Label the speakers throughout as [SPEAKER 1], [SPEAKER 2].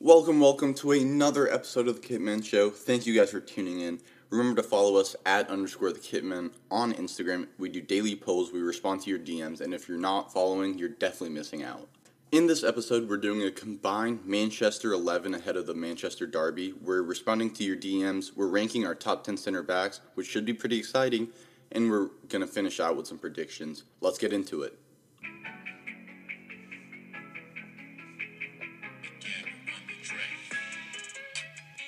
[SPEAKER 1] Welcome, welcome to another episode of the Kitman Show. Thank you guys for tuning in. Remember to follow us at underscore the Kitman on Instagram. We do daily polls, we respond to your DMs, and if you're not following, you're definitely missing out. In this episode, we're doing a combined Manchester 11 ahead of the Manchester Derby. We're responding to your DMs, we're ranking our top 10 center backs, which should be pretty exciting, and we're going to finish out with some predictions. Let's get into it.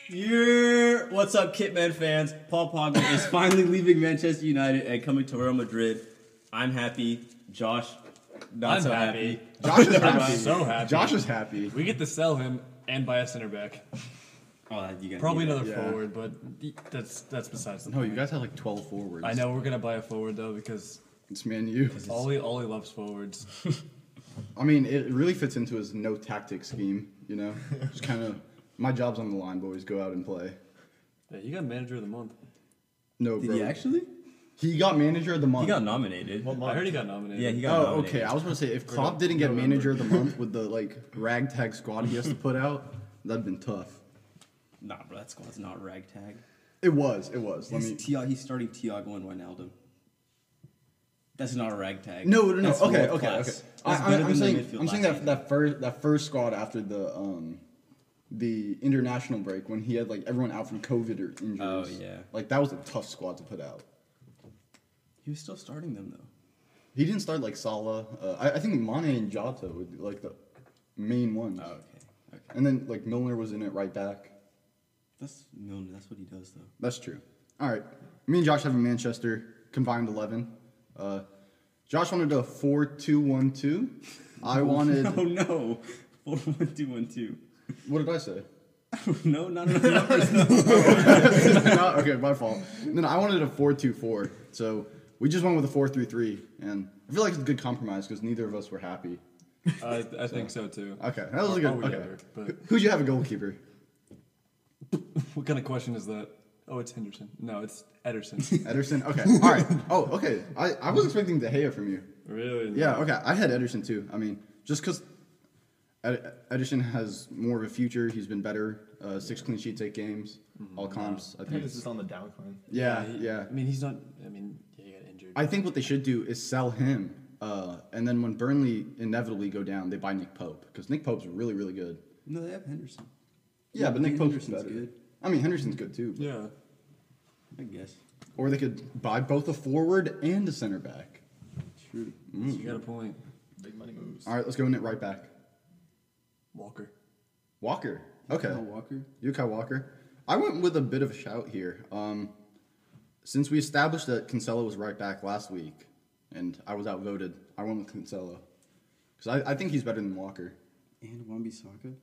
[SPEAKER 2] Yeah! What's up, Kitman fans? Paul Pogba is finally leaving Manchester United and coming to Real Madrid. I'm happy. Josh, not
[SPEAKER 3] I'm
[SPEAKER 2] so happy.
[SPEAKER 3] happy.
[SPEAKER 4] Josh is
[SPEAKER 3] I'm
[SPEAKER 4] happy.
[SPEAKER 3] so happy.
[SPEAKER 4] Josh is happy.
[SPEAKER 3] We get to sell him and buy a center back.
[SPEAKER 2] Oh, you gotta
[SPEAKER 3] Probably
[SPEAKER 2] do that.
[SPEAKER 3] another
[SPEAKER 4] Yeah.
[SPEAKER 3] forward, but that's that's besides the
[SPEAKER 4] No,
[SPEAKER 3] point.
[SPEAKER 4] you guys have like 12 forwards.
[SPEAKER 3] I know we're gonna buy a forward though because
[SPEAKER 4] It's man you.
[SPEAKER 3] Ollie Ollie loves forwards.
[SPEAKER 4] I mean, it really fits into his no tactic scheme, you know? Just kind of, my job's on the line, boys. Go out and play.
[SPEAKER 3] yeah, you got manager of the month.
[SPEAKER 4] No,
[SPEAKER 2] Did
[SPEAKER 4] bro.
[SPEAKER 2] he actually?
[SPEAKER 4] He got manager of the month.
[SPEAKER 2] He got nominated.
[SPEAKER 3] I heard he got nominated.
[SPEAKER 2] yeah, he got
[SPEAKER 4] Oh,
[SPEAKER 2] nominated.
[SPEAKER 4] okay. I was gonna say if Klopp didn't get manager of the month with the like ragtag squad he has to put out, that'd been tough.
[SPEAKER 2] Nah, bro, that squad's not ragtag.
[SPEAKER 4] It was. It was. Let
[SPEAKER 2] He's,
[SPEAKER 4] me.
[SPEAKER 2] Ti- he's starting Tiago and Wijnaldum. That's not ragtag.
[SPEAKER 4] No, no, no.
[SPEAKER 2] That's
[SPEAKER 4] Okay,
[SPEAKER 2] world
[SPEAKER 4] okay,
[SPEAKER 2] class.
[SPEAKER 4] okay.
[SPEAKER 2] That's
[SPEAKER 4] I,
[SPEAKER 2] better
[SPEAKER 4] I, I'm
[SPEAKER 2] than the
[SPEAKER 4] saying,
[SPEAKER 2] midfield
[SPEAKER 4] I'm saying
[SPEAKER 2] last
[SPEAKER 4] that that first that first squad after the um, the international break when he had like everyone out from COVID or injuries.
[SPEAKER 2] Oh, yeah.
[SPEAKER 4] Like that was a tough squad to put out.
[SPEAKER 2] year. He was still starting them though.
[SPEAKER 4] He didn't start like Salah. Uh, I, I think Mane and Jota would be like the main ones.
[SPEAKER 2] Oh, okay, okay.
[SPEAKER 4] And then like Milner was in it right back.
[SPEAKER 2] That's Milner. That's what he does though.
[SPEAKER 4] That's true. All right. Me and Josh have a Manchester combined 11. Uh, Josh wanted a 4 2 1 2. I wanted.
[SPEAKER 2] Oh no! Four one two one two.
[SPEAKER 4] What did I say?
[SPEAKER 2] no, not enough numbers.
[SPEAKER 4] No, okay, my fault. And then I wanted a 4 2 4. So we just went with a 4 3 3. And I feel like it's a good compromise because neither of us were happy.
[SPEAKER 3] I, I think so too.
[SPEAKER 4] Okay. That was a
[SPEAKER 3] Or-
[SPEAKER 4] good.
[SPEAKER 3] or
[SPEAKER 4] Okay.
[SPEAKER 3] whatever, but-
[SPEAKER 4] Who- Who'd you have a goalkeeper?
[SPEAKER 3] What kind of question is that? Oh, it's Henderson. No, it's Ederson.
[SPEAKER 4] Ederson? Okay. All right. Oh, okay. I, I was expecting De Gea from you.
[SPEAKER 3] really?
[SPEAKER 4] Yeah, okay. I had Ederson too. I mean, just because Ed- Ederson has more of a future, he's been better. Uh, six clean sheets, eight games,
[SPEAKER 3] Mm-hmm.
[SPEAKER 4] all comps. I think.
[SPEAKER 5] This is on the downcline.
[SPEAKER 4] Yeah,
[SPEAKER 3] he-
[SPEAKER 4] yeah.
[SPEAKER 3] I mean, he's not. I mean, yeah, he got injured.
[SPEAKER 4] I think what they should do is sell him, uh, and then when Burnley inevitably go down, they buy Nick Pope because Nick Pope's really, really good.
[SPEAKER 2] no, they have Henderson.
[SPEAKER 4] Yeah, but Nick Pope's
[SPEAKER 2] Henderson's
[SPEAKER 4] better.
[SPEAKER 2] good.
[SPEAKER 4] I mean, Henderson's good too. but-
[SPEAKER 3] yeah.
[SPEAKER 2] I guess.
[SPEAKER 4] Or they could buy both a forward and a center back.
[SPEAKER 2] True.
[SPEAKER 3] You got a point,
[SPEAKER 5] Big money moves.
[SPEAKER 4] All right, let's go in at right back.
[SPEAKER 3] Walker.
[SPEAKER 4] Walker. Okay.
[SPEAKER 2] Kyle Walker.
[SPEAKER 4] Yukai Walker. I went with a bit of a shout here. Um, since we established that Kinsella was right back last week, and I was outvoted, I went with Kinsella because I, I think he's better than Walker.
[SPEAKER 2] And Wambi Saka.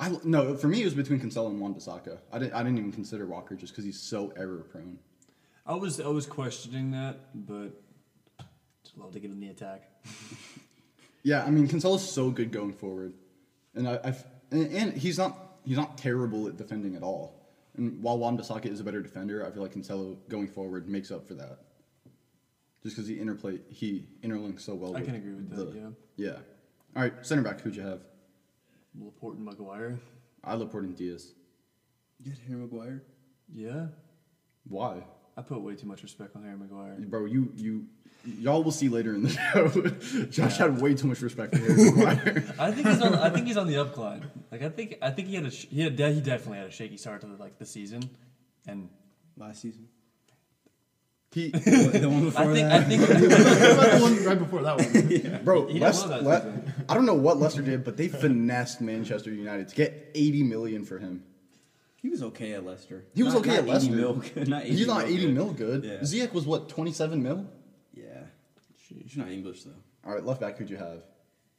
[SPEAKER 4] I no, for me it was between Kinsella and Juan Bisaka. I didn't I didn't even consider Walker just because he's so error prone.
[SPEAKER 3] I was I was questioning that, but just love to get in the attack.
[SPEAKER 4] Yeah, I mean Kinsella's so good going forward, and I, I and, and he's not he's not terrible at defending at all. And while Juan Bisaka is a better defender, I feel like Kinsella going forward makes up for that. Just because he interplay he interlinks so well.
[SPEAKER 3] I can agree with that,
[SPEAKER 4] the- Yeah. All right, center back. Who'd you have?
[SPEAKER 3] Laporte and Maguire.
[SPEAKER 4] I Laporte and Diaz.
[SPEAKER 2] You had Harry Maguire.
[SPEAKER 3] Yeah,
[SPEAKER 4] Why,
[SPEAKER 3] I put way too much respect on Harry Maguire.
[SPEAKER 4] bro? You you y'all will see later in the show. Josh had way too much respect for Harry Maguire.
[SPEAKER 3] I think he's on. I think he's on the upcline. Like I think I think he had a sh- he had de- he definitely had a shaky start to the, like the season, and
[SPEAKER 2] Last season.
[SPEAKER 4] He
[SPEAKER 2] the one before
[SPEAKER 3] I think
[SPEAKER 2] that.
[SPEAKER 3] I think
[SPEAKER 4] the one right before that one. Bro,
[SPEAKER 3] He did
[SPEAKER 4] Les-
[SPEAKER 3] well that
[SPEAKER 4] Le-
[SPEAKER 3] season.
[SPEAKER 4] I don't know what Lester did, but they finessed Manchester United to get 80 million for him.
[SPEAKER 2] he was okay at Leicester.
[SPEAKER 4] He was
[SPEAKER 2] Not-
[SPEAKER 4] okay
[SPEAKER 2] not
[SPEAKER 4] at
[SPEAKER 2] 80
[SPEAKER 4] Leicester.
[SPEAKER 2] mil good- not 80
[SPEAKER 4] He's not 80
[SPEAKER 2] good.
[SPEAKER 4] mil good.
[SPEAKER 2] Yeah.
[SPEAKER 4] Ziyech was what 27 mil.
[SPEAKER 2] Yeah. She's not English though.
[SPEAKER 4] All right, left back. Who'd you have?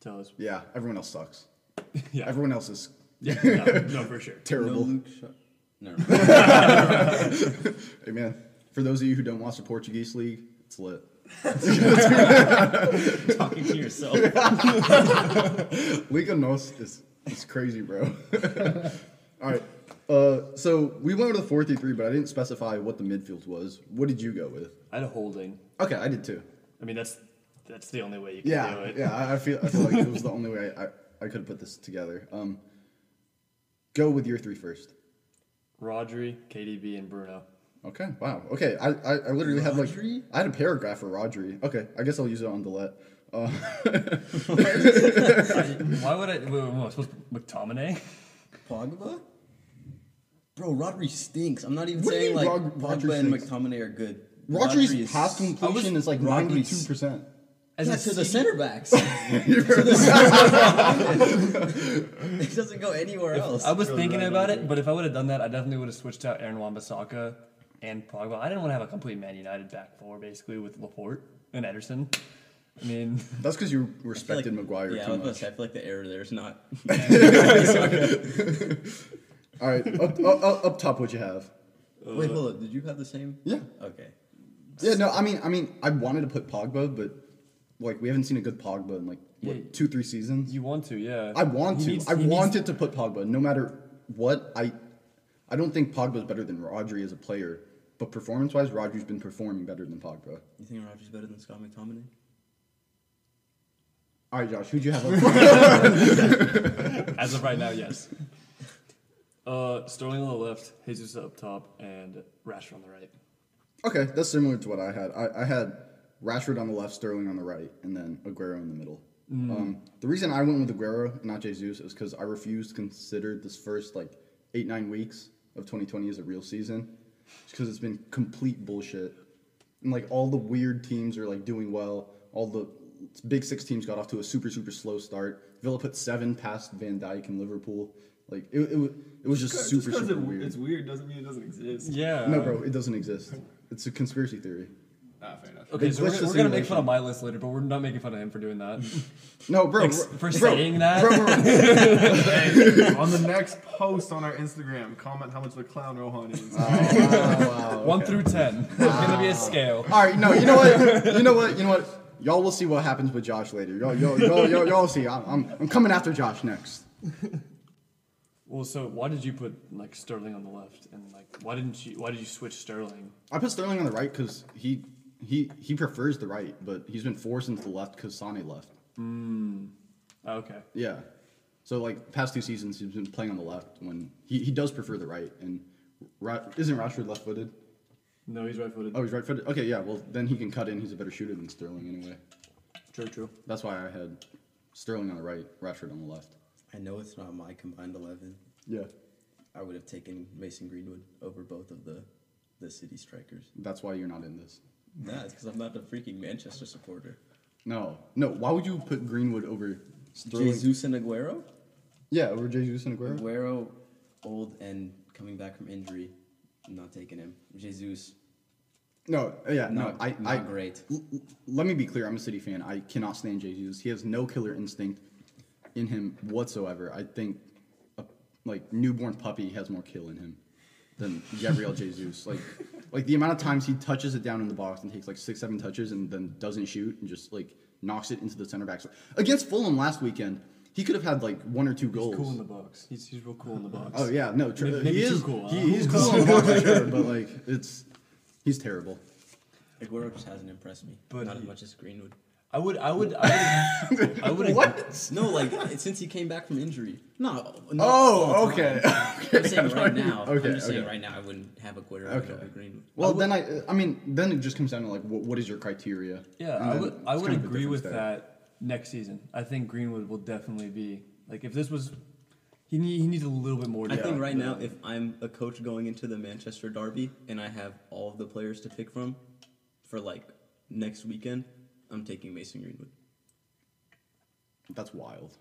[SPEAKER 3] tell us.
[SPEAKER 4] Yeah, everyone else sucks.
[SPEAKER 3] Yeah,
[SPEAKER 4] Everyone else is
[SPEAKER 3] yeah, no, no, for sure.
[SPEAKER 2] No
[SPEAKER 4] terrible.
[SPEAKER 2] Luke Shaw. No.
[SPEAKER 4] hey man, for those of you who don't watch the Portuguese league, it's lit.
[SPEAKER 2] talking to yourself.
[SPEAKER 4] Liga Nos is it's crazy, bro. All right. Uh, so we went with a 4 3 3, but I didn't specify what the midfield was. What did you go with?
[SPEAKER 3] I had a holding.
[SPEAKER 4] Okay, I did too.
[SPEAKER 3] I mean that's that's the only way you can do
[SPEAKER 4] Yeah,
[SPEAKER 3] it.
[SPEAKER 4] yeah. I- I feel I feel like it was the only way I, I, I could have put this together. Um, Go with your three first.
[SPEAKER 3] Rodri, KDB, and Bruno.
[SPEAKER 4] Okay. Wow. Okay. I, I, I literally had like
[SPEAKER 2] Rodri?
[SPEAKER 4] I had a paragraph for Rodri. Okay. I guess I'll use it on Dillette. Uh,
[SPEAKER 3] Why would I? Wait, wait, wait, am I supposed to McTominay?
[SPEAKER 2] Pogba? Bro, Rodri stinks. I'm not even
[SPEAKER 4] What do you
[SPEAKER 2] saying
[SPEAKER 4] mean
[SPEAKER 2] like
[SPEAKER 4] Rog-
[SPEAKER 2] Pogba
[SPEAKER 4] Rodri
[SPEAKER 2] and
[SPEAKER 4] stinks?
[SPEAKER 2] McTominay are good.
[SPEAKER 4] Rodri's
[SPEAKER 2] Rodri is-
[SPEAKER 4] pass completion is like ninety
[SPEAKER 2] Rodri's-
[SPEAKER 4] two percent.
[SPEAKER 3] As
[SPEAKER 2] Yeah,
[SPEAKER 3] a
[SPEAKER 2] to
[SPEAKER 3] C-
[SPEAKER 2] the center backs. To the center- it doesn't go anywhere else.
[SPEAKER 3] I was thinking
[SPEAKER 4] right,
[SPEAKER 3] about it, but if I would have done that, I definitely would have switched out Aaron Wan-Bissaka and Pogba. I didn't want to have a complete Man United back four, basically, with Laporte and Ederson. I mean,
[SPEAKER 4] That's because you
[SPEAKER 2] I feel like-
[SPEAKER 4] respected Maguire
[SPEAKER 2] yeah, I
[SPEAKER 4] too
[SPEAKER 2] was
[SPEAKER 4] much.
[SPEAKER 2] gonna say, I feel like the error there is not.
[SPEAKER 4] All right. Up, up, up, up top, what you have?
[SPEAKER 2] Wait, hold up. Did you have the same?
[SPEAKER 4] Yeah.
[SPEAKER 2] Okay.
[SPEAKER 4] Yeah. No. I mean, I mean, I wanted to put Pogba, but like we haven't seen a good Pogba in like what,
[SPEAKER 3] Yeah.
[SPEAKER 4] two, three seasons.
[SPEAKER 3] you want to, yeah.
[SPEAKER 4] I want
[SPEAKER 3] He
[SPEAKER 4] to.
[SPEAKER 3] needs-
[SPEAKER 4] I
[SPEAKER 3] he needs-
[SPEAKER 4] wanted to put Pogba. No matter what, I I don't think Pogba's better than Rodri as a player. But performance wise, Rodri's been performing better than Pogba.
[SPEAKER 2] You think Rodri's better than Scott McTominay?
[SPEAKER 4] All right, Josh, who'd you have? up?
[SPEAKER 3] As of right now, yes. Uh, Sterling on the left, Jesus up top, and Rashford on the right.
[SPEAKER 4] okay, that's similar to what I had. I, I had Rashford on the left, Sterling on the right, and then Aguero in the middle. Um, the reason I went with Aguero and not Jesus is because I refuse to consider this first like eight nine weeks of 2020 as a real season, because it's been complete bullshit. and like all the weird teams are like doing well. All the big six teams got off to a super super slow start. Villa put seven past Van Dijk and Liverpool. Like it, it, wa- it was just super super weird.
[SPEAKER 6] It's weird doesn't mean it doesn't exist.
[SPEAKER 3] Yeah.
[SPEAKER 4] no, bro, it doesn't exist. It's a conspiracy theory.
[SPEAKER 6] Ah, fair enough.
[SPEAKER 3] Okay,
[SPEAKER 4] They
[SPEAKER 3] so we're,
[SPEAKER 4] glitched the
[SPEAKER 3] we're gonna make
[SPEAKER 4] simulation.
[SPEAKER 3] fun of my list later, but we're not making fun of him for doing that.
[SPEAKER 4] No, bro,
[SPEAKER 3] Ex-
[SPEAKER 4] bro-
[SPEAKER 3] for
[SPEAKER 4] bro,
[SPEAKER 3] saying that?
[SPEAKER 4] Bro, bro,
[SPEAKER 6] on the next post on our Instagram, comment how much of a clown Rohan is.
[SPEAKER 4] Oh,
[SPEAKER 3] One through ten. It's gonna be a scale.
[SPEAKER 4] all right, no, you know what, you know what, you know what. Y'all will see what happens with Josh later. Y'all, y'all, y'all, y'all, y'all see. I'm, I'm, I'm coming after Josh next.
[SPEAKER 3] Well, so why did you put like Sterling on the left, and like why didn't you? Why did you switch Sterling?
[SPEAKER 4] I put Sterling on the right because he he he prefers the right, but he's been forced into the left because Sane left.
[SPEAKER 3] Oh, okay.
[SPEAKER 4] Yeah. So like past two seasons, he's been playing on the left when he, he does prefer the right. And Ra- isn't Rashford left footed?
[SPEAKER 3] No, he's right-footed.
[SPEAKER 4] Oh, he's right footed. Okay, yeah. Well, then he can cut in. He's a better shooter than Sterling anyway.
[SPEAKER 3] True, true.
[SPEAKER 4] That's why I had Sterling on the right, Rashford on the left.
[SPEAKER 2] I know it's not my combined eleven.
[SPEAKER 4] Yeah.
[SPEAKER 2] I would have taken Mason Greenwood over both of the the city strikers.
[SPEAKER 4] That's why you're not in this.
[SPEAKER 2] Nah, it's because I'm not a freaking Manchester supporter.
[SPEAKER 4] No, no. Why would you put Greenwood over Sterling?
[SPEAKER 2] Jesus and Aguero.
[SPEAKER 4] Yeah, over Jesus and Aguero.
[SPEAKER 2] Aguero, old and coming back from injury. I'm not taking him. Jesus,
[SPEAKER 4] No, yeah, no.
[SPEAKER 2] Not-
[SPEAKER 4] I,
[SPEAKER 2] not
[SPEAKER 4] I
[SPEAKER 2] great.
[SPEAKER 4] L- l- let me be clear. I'm a City fan. I cannot stand Jesus. He has no killer instinct in him whatsoever. I think a like newborn puppy has more kill in him than Gabriel Jesus. Like, like the amount of times he touches it down in the box and takes like six, seven touches and then doesn't shoot and just like knocks it into the center back. Against Fulham last weekend, he could have had like one or two goals.
[SPEAKER 3] He's cool in the box. He's, he's real cool in the box.
[SPEAKER 4] Oh yeah, no, tr-
[SPEAKER 3] Maybe- maybe
[SPEAKER 4] he
[SPEAKER 3] too
[SPEAKER 4] is
[SPEAKER 3] cool,
[SPEAKER 4] He,
[SPEAKER 3] huh?
[SPEAKER 4] he's cool in the box, for sure, but like it's he's terrible.
[SPEAKER 2] Aguero just hasn't impressed me.
[SPEAKER 3] But
[SPEAKER 2] not as
[SPEAKER 3] he-
[SPEAKER 2] much as Greenwood.
[SPEAKER 3] I would, I would, I would, I would.
[SPEAKER 2] No, like since he came back from injury. No. no
[SPEAKER 4] Oh, okay.
[SPEAKER 2] I'm saying right now.
[SPEAKER 4] Okay,
[SPEAKER 2] I'm just saying
[SPEAKER 4] okay.
[SPEAKER 2] right now. I wouldn't have Aguero
[SPEAKER 4] Okay.
[SPEAKER 2] over Greenwood.
[SPEAKER 4] Well, then I, I mean, then it just comes down to like, what, what is your criteria?
[SPEAKER 3] Yeah,
[SPEAKER 4] And
[SPEAKER 3] I
[SPEAKER 4] then
[SPEAKER 3] would, I
[SPEAKER 4] it's
[SPEAKER 3] would
[SPEAKER 4] kind of a
[SPEAKER 3] agree
[SPEAKER 4] difference
[SPEAKER 3] with
[SPEAKER 4] there.
[SPEAKER 3] that next season. I think Greenwood will definitely be like if this was, he need, he needs a little bit more.
[SPEAKER 2] I
[SPEAKER 3] depth,
[SPEAKER 2] think right
[SPEAKER 3] but-
[SPEAKER 2] now, if I'm a coach going into the Manchester Derby and I have all of the players to pick from for like next weekend, I'm taking Mason Greenwood.
[SPEAKER 4] That's wild.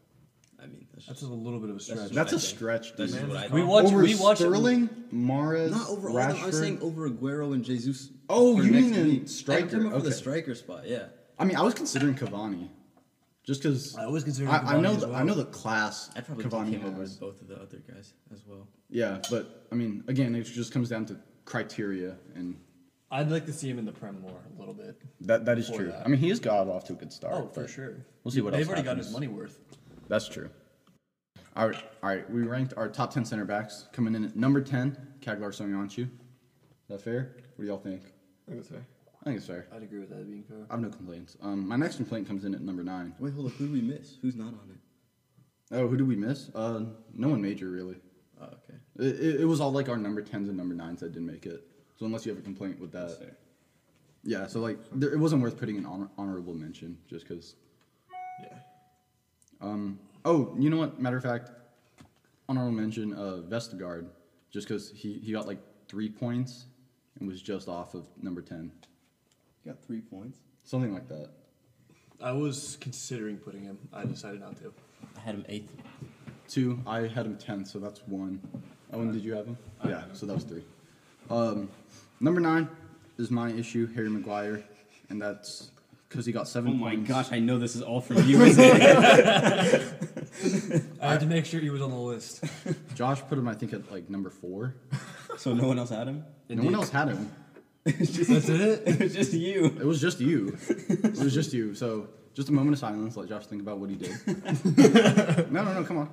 [SPEAKER 2] I mean, that's
[SPEAKER 3] that's
[SPEAKER 2] just,
[SPEAKER 3] just a little bit of a stretch.
[SPEAKER 2] just-
[SPEAKER 4] That's a
[SPEAKER 2] I think.
[SPEAKER 4] stretch, dude.
[SPEAKER 2] that's just what I
[SPEAKER 3] we
[SPEAKER 2] thought.
[SPEAKER 3] watch,
[SPEAKER 4] over
[SPEAKER 3] we watch
[SPEAKER 4] Sterling, Mahrez,
[SPEAKER 2] Not over all of
[SPEAKER 4] Rashford.
[SPEAKER 2] them. I'm saying over Aguero and Jesus.
[SPEAKER 4] Oh,
[SPEAKER 2] for
[SPEAKER 4] you
[SPEAKER 2] next
[SPEAKER 4] mean in
[SPEAKER 2] week.
[SPEAKER 4] striker,
[SPEAKER 2] I picked him up for the
[SPEAKER 4] okay.
[SPEAKER 2] striker spot. Yeah.
[SPEAKER 4] I mean, I was considering Cavani, just because
[SPEAKER 3] I always consider
[SPEAKER 4] I, I
[SPEAKER 3] Cavani
[SPEAKER 4] know
[SPEAKER 3] as
[SPEAKER 4] the, I
[SPEAKER 3] well.
[SPEAKER 4] know the class
[SPEAKER 2] I'd probably
[SPEAKER 4] Cavani
[SPEAKER 2] take him over
[SPEAKER 4] has.
[SPEAKER 2] both of the other guys as well.
[SPEAKER 4] Yeah, but I mean, again, it just comes down to criteria, and
[SPEAKER 3] I'd like to see him in the prem more a little bit.
[SPEAKER 4] that that is
[SPEAKER 3] Before
[SPEAKER 4] true.
[SPEAKER 3] that.
[SPEAKER 4] I mean, he has got off to a good start.
[SPEAKER 3] Oh, for
[SPEAKER 4] but
[SPEAKER 3] sure.
[SPEAKER 4] We'll see what
[SPEAKER 3] They've
[SPEAKER 4] else
[SPEAKER 3] already got
[SPEAKER 4] happens.
[SPEAKER 3] his money worth.
[SPEAKER 4] That's true. All right, all right. We ranked our top ten center backs coming in at number ten, Kaglar Sonyanchu. Is that fair? What do y'all think?
[SPEAKER 6] I think that's fair.
[SPEAKER 4] I think it's fair.
[SPEAKER 3] I'd agree with that being fair.
[SPEAKER 4] I have no complaints. Um, my next complaint comes in at number nine.
[SPEAKER 2] Wait, hold up. Who do we miss? Who's not on it?
[SPEAKER 4] Oh, who did we miss? Uh, no one major really.
[SPEAKER 2] Oh, okay.
[SPEAKER 4] It, it, it was all like our number tens and number nines that didn't make it. So unless you have a complaint with that, yeah. So like, there, it wasn't worth putting an honor, honorable mention just because.
[SPEAKER 6] Yeah.
[SPEAKER 4] Oh, you know what? Matter of fact, honorable mention uh, Vestergaard, just because he he got like three points and was just off of number ten,
[SPEAKER 2] You got three points.
[SPEAKER 4] something like that.
[SPEAKER 3] I was considering putting him. I decided not to.
[SPEAKER 2] I had him eighth.
[SPEAKER 4] Two, I had him ten, so that's one. Owen, did you have him? yeah, so that was three. Um, number nine is my issue, Harry Maguire, and that's because he got
[SPEAKER 7] Oh
[SPEAKER 4] seven.
[SPEAKER 7] my
[SPEAKER 4] points.
[SPEAKER 7] gosh, I know this is all from you. isn't it?
[SPEAKER 3] I had to make sure he was on the list.
[SPEAKER 4] Josh put him, I think, at like number four.
[SPEAKER 7] so no one else had him.
[SPEAKER 4] No one else had him.
[SPEAKER 3] That's it.
[SPEAKER 7] It was just you.
[SPEAKER 4] It was just you. it was just you. So just a moment of silence. Let Josh think about what he did. no, no, no. Come on.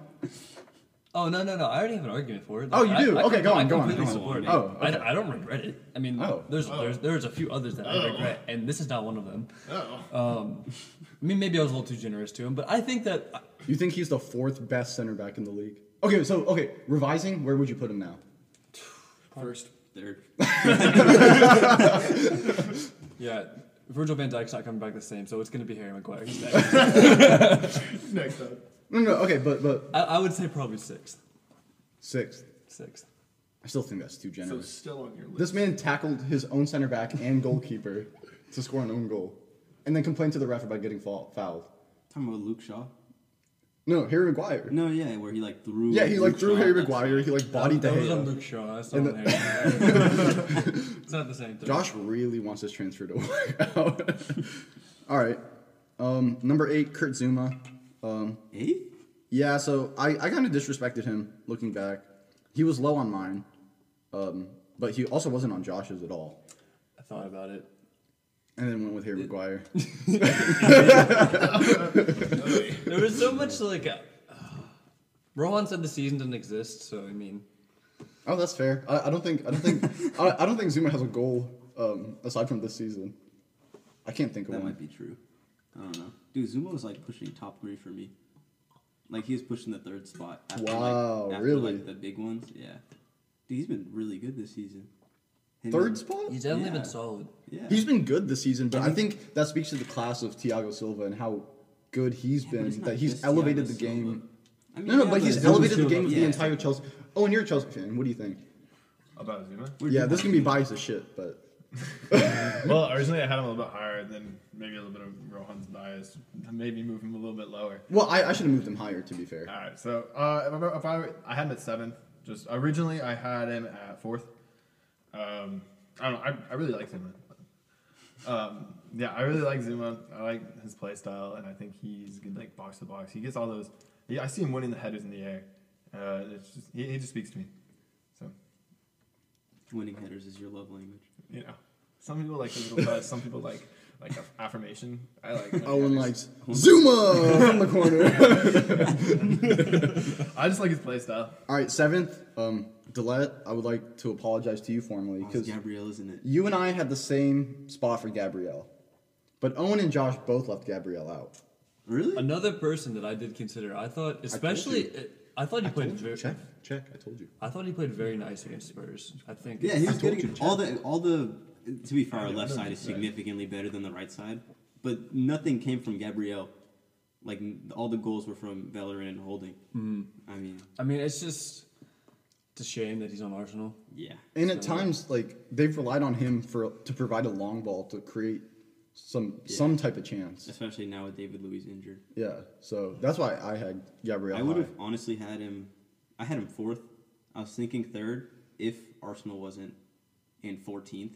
[SPEAKER 3] Oh no no no! I already have an argument for it.
[SPEAKER 4] Oh, you
[SPEAKER 3] I-
[SPEAKER 4] do?
[SPEAKER 3] I
[SPEAKER 4] Okay,
[SPEAKER 3] com-
[SPEAKER 4] go on,
[SPEAKER 3] I
[SPEAKER 4] go on,
[SPEAKER 3] completely
[SPEAKER 4] go on.
[SPEAKER 3] support it.
[SPEAKER 4] Oh, okay.
[SPEAKER 3] I, I don't regret it. I mean,
[SPEAKER 4] Oh.
[SPEAKER 3] there's there's there's a few others that I regret, and this is not one of them. Um, I mean, maybe I was a little too generous to him, but I think that uh,
[SPEAKER 4] You think he's the fourth best center back in the league? Okay, so okay, revising. Where would you put him now?
[SPEAKER 2] First, third.
[SPEAKER 3] yeah, Virgil Van Dyke's not coming back the same, so it's going to be Harry Maguire. He's back.
[SPEAKER 6] Next up.
[SPEAKER 4] No, no. Okay, but but
[SPEAKER 3] I, I would say probably sixth,
[SPEAKER 4] sixth.
[SPEAKER 3] sixth.
[SPEAKER 4] I still think that's too
[SPEAKER 6] So
[SPEAKER 4] generous.
[SPEAKER 6] still on your list.
[SPEAKER 4] this man tackled his own center back and goalkeeper to score an own goal, and then complained to the ref about getting foul- fouled.
[SPEAKER 2] Talking about Luke Shaw.
[SPEAKER 4] No, Harry Maguire.
[SPEAKER 2] No, yeah, where he like threw.
[SPEAKER 4] Yeah, he like
[SPEAKER 2] Luke
[SPEAKER 4] threw
[SPEAKER 2] Shaw.
[SPEAKER 4] Harry
[SPEAKER 2] That's-
[SPEAKER 4] Maguire. He like bodied
[SPEAKER 3] That was
[SPEAKER 4] the
[SPEAKER 3] on
[SPEAKER 4] head.
[SPEAKER 3] Luke Shaw. That's
[SPEAKER 4] And
[SPEAKER 3] not on Harry. it's not the same thing.
[SPEAKER 4] Josh really wants this transfer to work out. All right. Um, number eight, Kurt Zuma. Um,
[SPEAKER 2] Eighth?
[SPEAKER 4] yeah, so I, I kind of disrespected him looking back. He was low on mine, um, but he also wasn't on Josh's at all.
[SPEAKER 3] I thought about it.
[SPEAKER 4] And then went with Harry Maguire.
[SPEAKER 3] There was so much like. Uh, Rohan said the season doesn't exist, so I mean,
[SPEAKER 4] oh, that's fair. I, I don't think I don't think I, I don't think Zuma has a goal um, aside from this season. I can't think of
[SPEAKER 2] That
[SPEAKER 4] one.
[SPEAKER 2] might be true. I don't know. Dude, Zuma was like pushing top three for me. Like he was pushing the third spot. After,
[SPEAKER 4] Wow,
[SPEAKER 2] like, after,
[SPEAKER 4] really?
[SPEAKER 2] Like, the big ones, yeah. Dude, he's been really good this season. Him
[SPEAKER 4] Third
[SPEAKER 2] and-
[SPEAKER 4] spot?
[SPEAKER 3] he's definitely
[SPEAKER 2] Yeah.
[SPEAKER 3] been solid.
[SPEAKER 2] Yeah.
[SPEAKER 4] He's been good this season, but I think that speaks to the class of Thiago Silva and how good he's
[SPEAKER 2] but it's
[SPEAKER 4] been.
[SPEAKER 2] not
[SPEAKER 4] That he's
[SPEAKER 2] just
[SPEAKER 4] elevated
[SPEAKER 2] Thiago
[SPEAKER 4] the
[SPEAKER 2] Silva.
[SPEAKER 4] game.
[SPEAKER 2] I mean,
[SPEAKER 4] No, no,
[SPEAKER 2] yeah,
[SPEAKER 4] but he's
[SPEAKER 2] Zuma
[SPEAKER 4] elevated the
[SPEAKER 2] still-
[SPEAKER 4] game of the
[SPEAKER 2] yeah.
[SPEAKER 4] entire Chelsea. Oh, and you're a Chelsea fan. What do you think?
[SPEAKER 6] About Zuma.
[SPEAKER 2] We're
[SPEAKER 4] yeah,
[SPEAKER 2] doing
[SPEAKER 4] this can be biased as shit, but
[SPEAKER 6] well, originally I had him a little bit higher, then maybe a little bit of Rohan's bias, maybe move him a little bit lower.
[SPEAKER 4] well, I, I should have moved him higher. To be fair,
[SPEAKER 6] All right, so uh, if, I, if I I had him at seventh, just originally I had him at fourth. Um, I don't know. I, I really like Zuma. Um, yeah, I really like Zuma. I like his play style, and I think he's good, like box to box. He gets all those. Yeah, I see him winning the headers in the air. Uh, it's just, he, he just speaks to me. So
[SPEAKER 2] Winning headers is your love language.
[SPEAKER 6] you know, some people like physical touch. Some people like like aff- affirmation. I like. winning
[SPEAKER 4] Owen likes
[SPEAKER 6] headers.
[SPEAKER 4] Zuma from the corner.
[SPEAKER 6] I just like his play style.
[SPEAKER 4] All right, seventh, um, Dillette, I would like to apologize to you formally
[SPEAKER 2] Because
[SPEAKER 4] because
[SPEAKER 2] Gabrielle, isn't it?
[SPEAKER 4] you and I had the same spot for Gabrielle, but Owen and Josh both left Gabrielle out.
[SPEAKER 2] Really?
[SPEAKER 3] Another person that I did consider, I thought, especially, uh, I, thought he played. Very,
[SPEAKER 4] Check, check. I told you.
[SPEAKER 3] I thought he played very nice against Spurs. I think.
[SPEAKER 2] Yeah, he was
[SPEAKER 4] told
[SPEAKER 2] good.
[SPEAKER 4] you,
[SPEAKER 2] against- All the all the to be fair, our left side is significantly better than the right side, but nothing came from Gabrielle. Like n- all the goals were from Bellerin and Holding.
[SPEAKER 4] Mm-hmm.
[SPEAKER 2] I mean,
[SPEAKER 3] I mean, it's just it's a shame that he's on Arsenal.
[SPEAKER 2] yeah.
[SPEAKER 4] And at times, like they've relied on him for to provide a long ball to create some some type of chance.
[SPEAKER 2] Especially now with David Luiz injured.
[SPEAKER 4] Yeah, so that's why I had Gabriel.
[SPEAKER 2] I would have honestly had him. I had him fourth. I was thinking third if Arsenal wasn't in 14th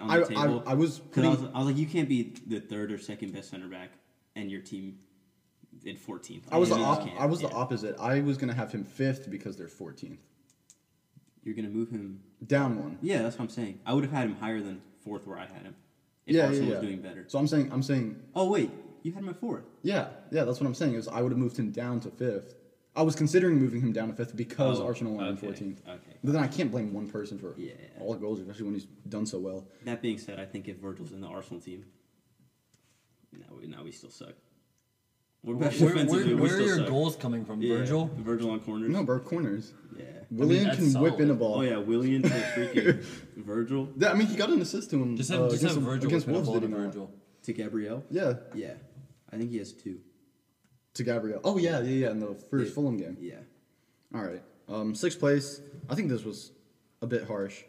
[SPEAKER 2] on the
[SPEAKER 4] I, I,
[SPEAKER 2] table.
[SPEAKER 4] I was
[SPEAKER 2] 'Cause I
[SPEAKER 4] putting.
[SPEAKER 2] was, I was like, you can't be the third or second best center back and your team in 14th.
[SPEAKER 4] I was the
[SPEAKER 2] mean, you just
[SPEAKER 4] op-
[SPEAKER 2] can't.
[SPEAKER 4] I was
[SPEAKER 2] Yeah.
[SPEAKER 4] the opposite. I was gonna have him fifth because they're 14th,
[SPEAKER 2] You're gonna move him.
[SPEAKER 4] down one.
[SPEAKER 2] Yeah, that's what I'm saying. I would have had him higher than fourth where I had him. If
[SPEAKER 4] Yeah,
[SPEAKER 2] Arsenal
[SPEAKER 4] yeah, yeah.
[SPEAKER 2] was doing better.
[SPEAKER 4] So I'm saying, I'm saying,
[SPEAKER 2] Oh wait, you had him at fourth.
[SPEAKER 4] yeah, yeah. That's what I'm saying is I would have moved him down to fifth. I was considering moving him down to fifth because
[SPEAKER 2] Oh,
[SPEAKER 4] Arsenal won
[SPEAKER 2] okay,
[SPEAKER 4] on 14th.
[SPEAKER 2] okay.
[SPEAKER 4] But then I can't blame one person for
[SPEAKER 2] Yeah.
[SPEAKER 4] all the goals, especially when he's done so well.
[SPEAKER 2] That being said, I think if Virgil's in the Arsenal team, now we now we still suck. We're better
[SPEAKER 3] Where, where,
[SPEAKER 2] defensively. we
[SPEAKER 3] where are
[SPEAKER 2] still
[SPEAKER 3] your
[SPEAKER 2] suck.
[SPEAKER 3] goals coming from,
[SPEAKER 2] Yeah,
[SPEAKER 3] Virgil?
[SPEAKER 2] Virgil on corners.
[SPEAKER 4] No, bro, corners.
[SPEAKER 2] Yeah.
[SPEAKER 4] William
[SPEAKER 3] that's
[SPEAKER 4] can whip in
[SPEAKER 3] solid.
[SPEAKER 4] a ball.
[SPEAKER 2] Oh yeah, William to freaking Virgil
[SPEAKER 4] Yeah, I mean, he got an assist to him.
[SPEAKER 3] Just have,
[SPEAKER 4] uh,
[SPEAKER 3] just have
[SPEAKER 4] against,
[SPEAKER 3] Virgil
[SPEAKER 4] against
[SPEAKER 3] with
[SPEAKER 4] Wolves,
[SPEAKER 3] Pinnacle
[SPEAKER 4] did he
[SPEAKER 3] and
[SPEAKER 4] not?
[SPEAKER 3] Virgil.
[SPEAKER 2] to Gabrielle.
[SPEAKER 4] Yeah,
[SPEAKER 2] Yeah, I think he has two.
[SPEAKER 4] to Gabriel. Oh yeah, yeah, yeah. In the first
[SPEAKER 2] Yeah.
[SPEAKER 4] Fulham game.
[SPEAKER 2] Yeah.
[SPEAKER 4] All right. Um, sixth place. I think this was a bit harsh.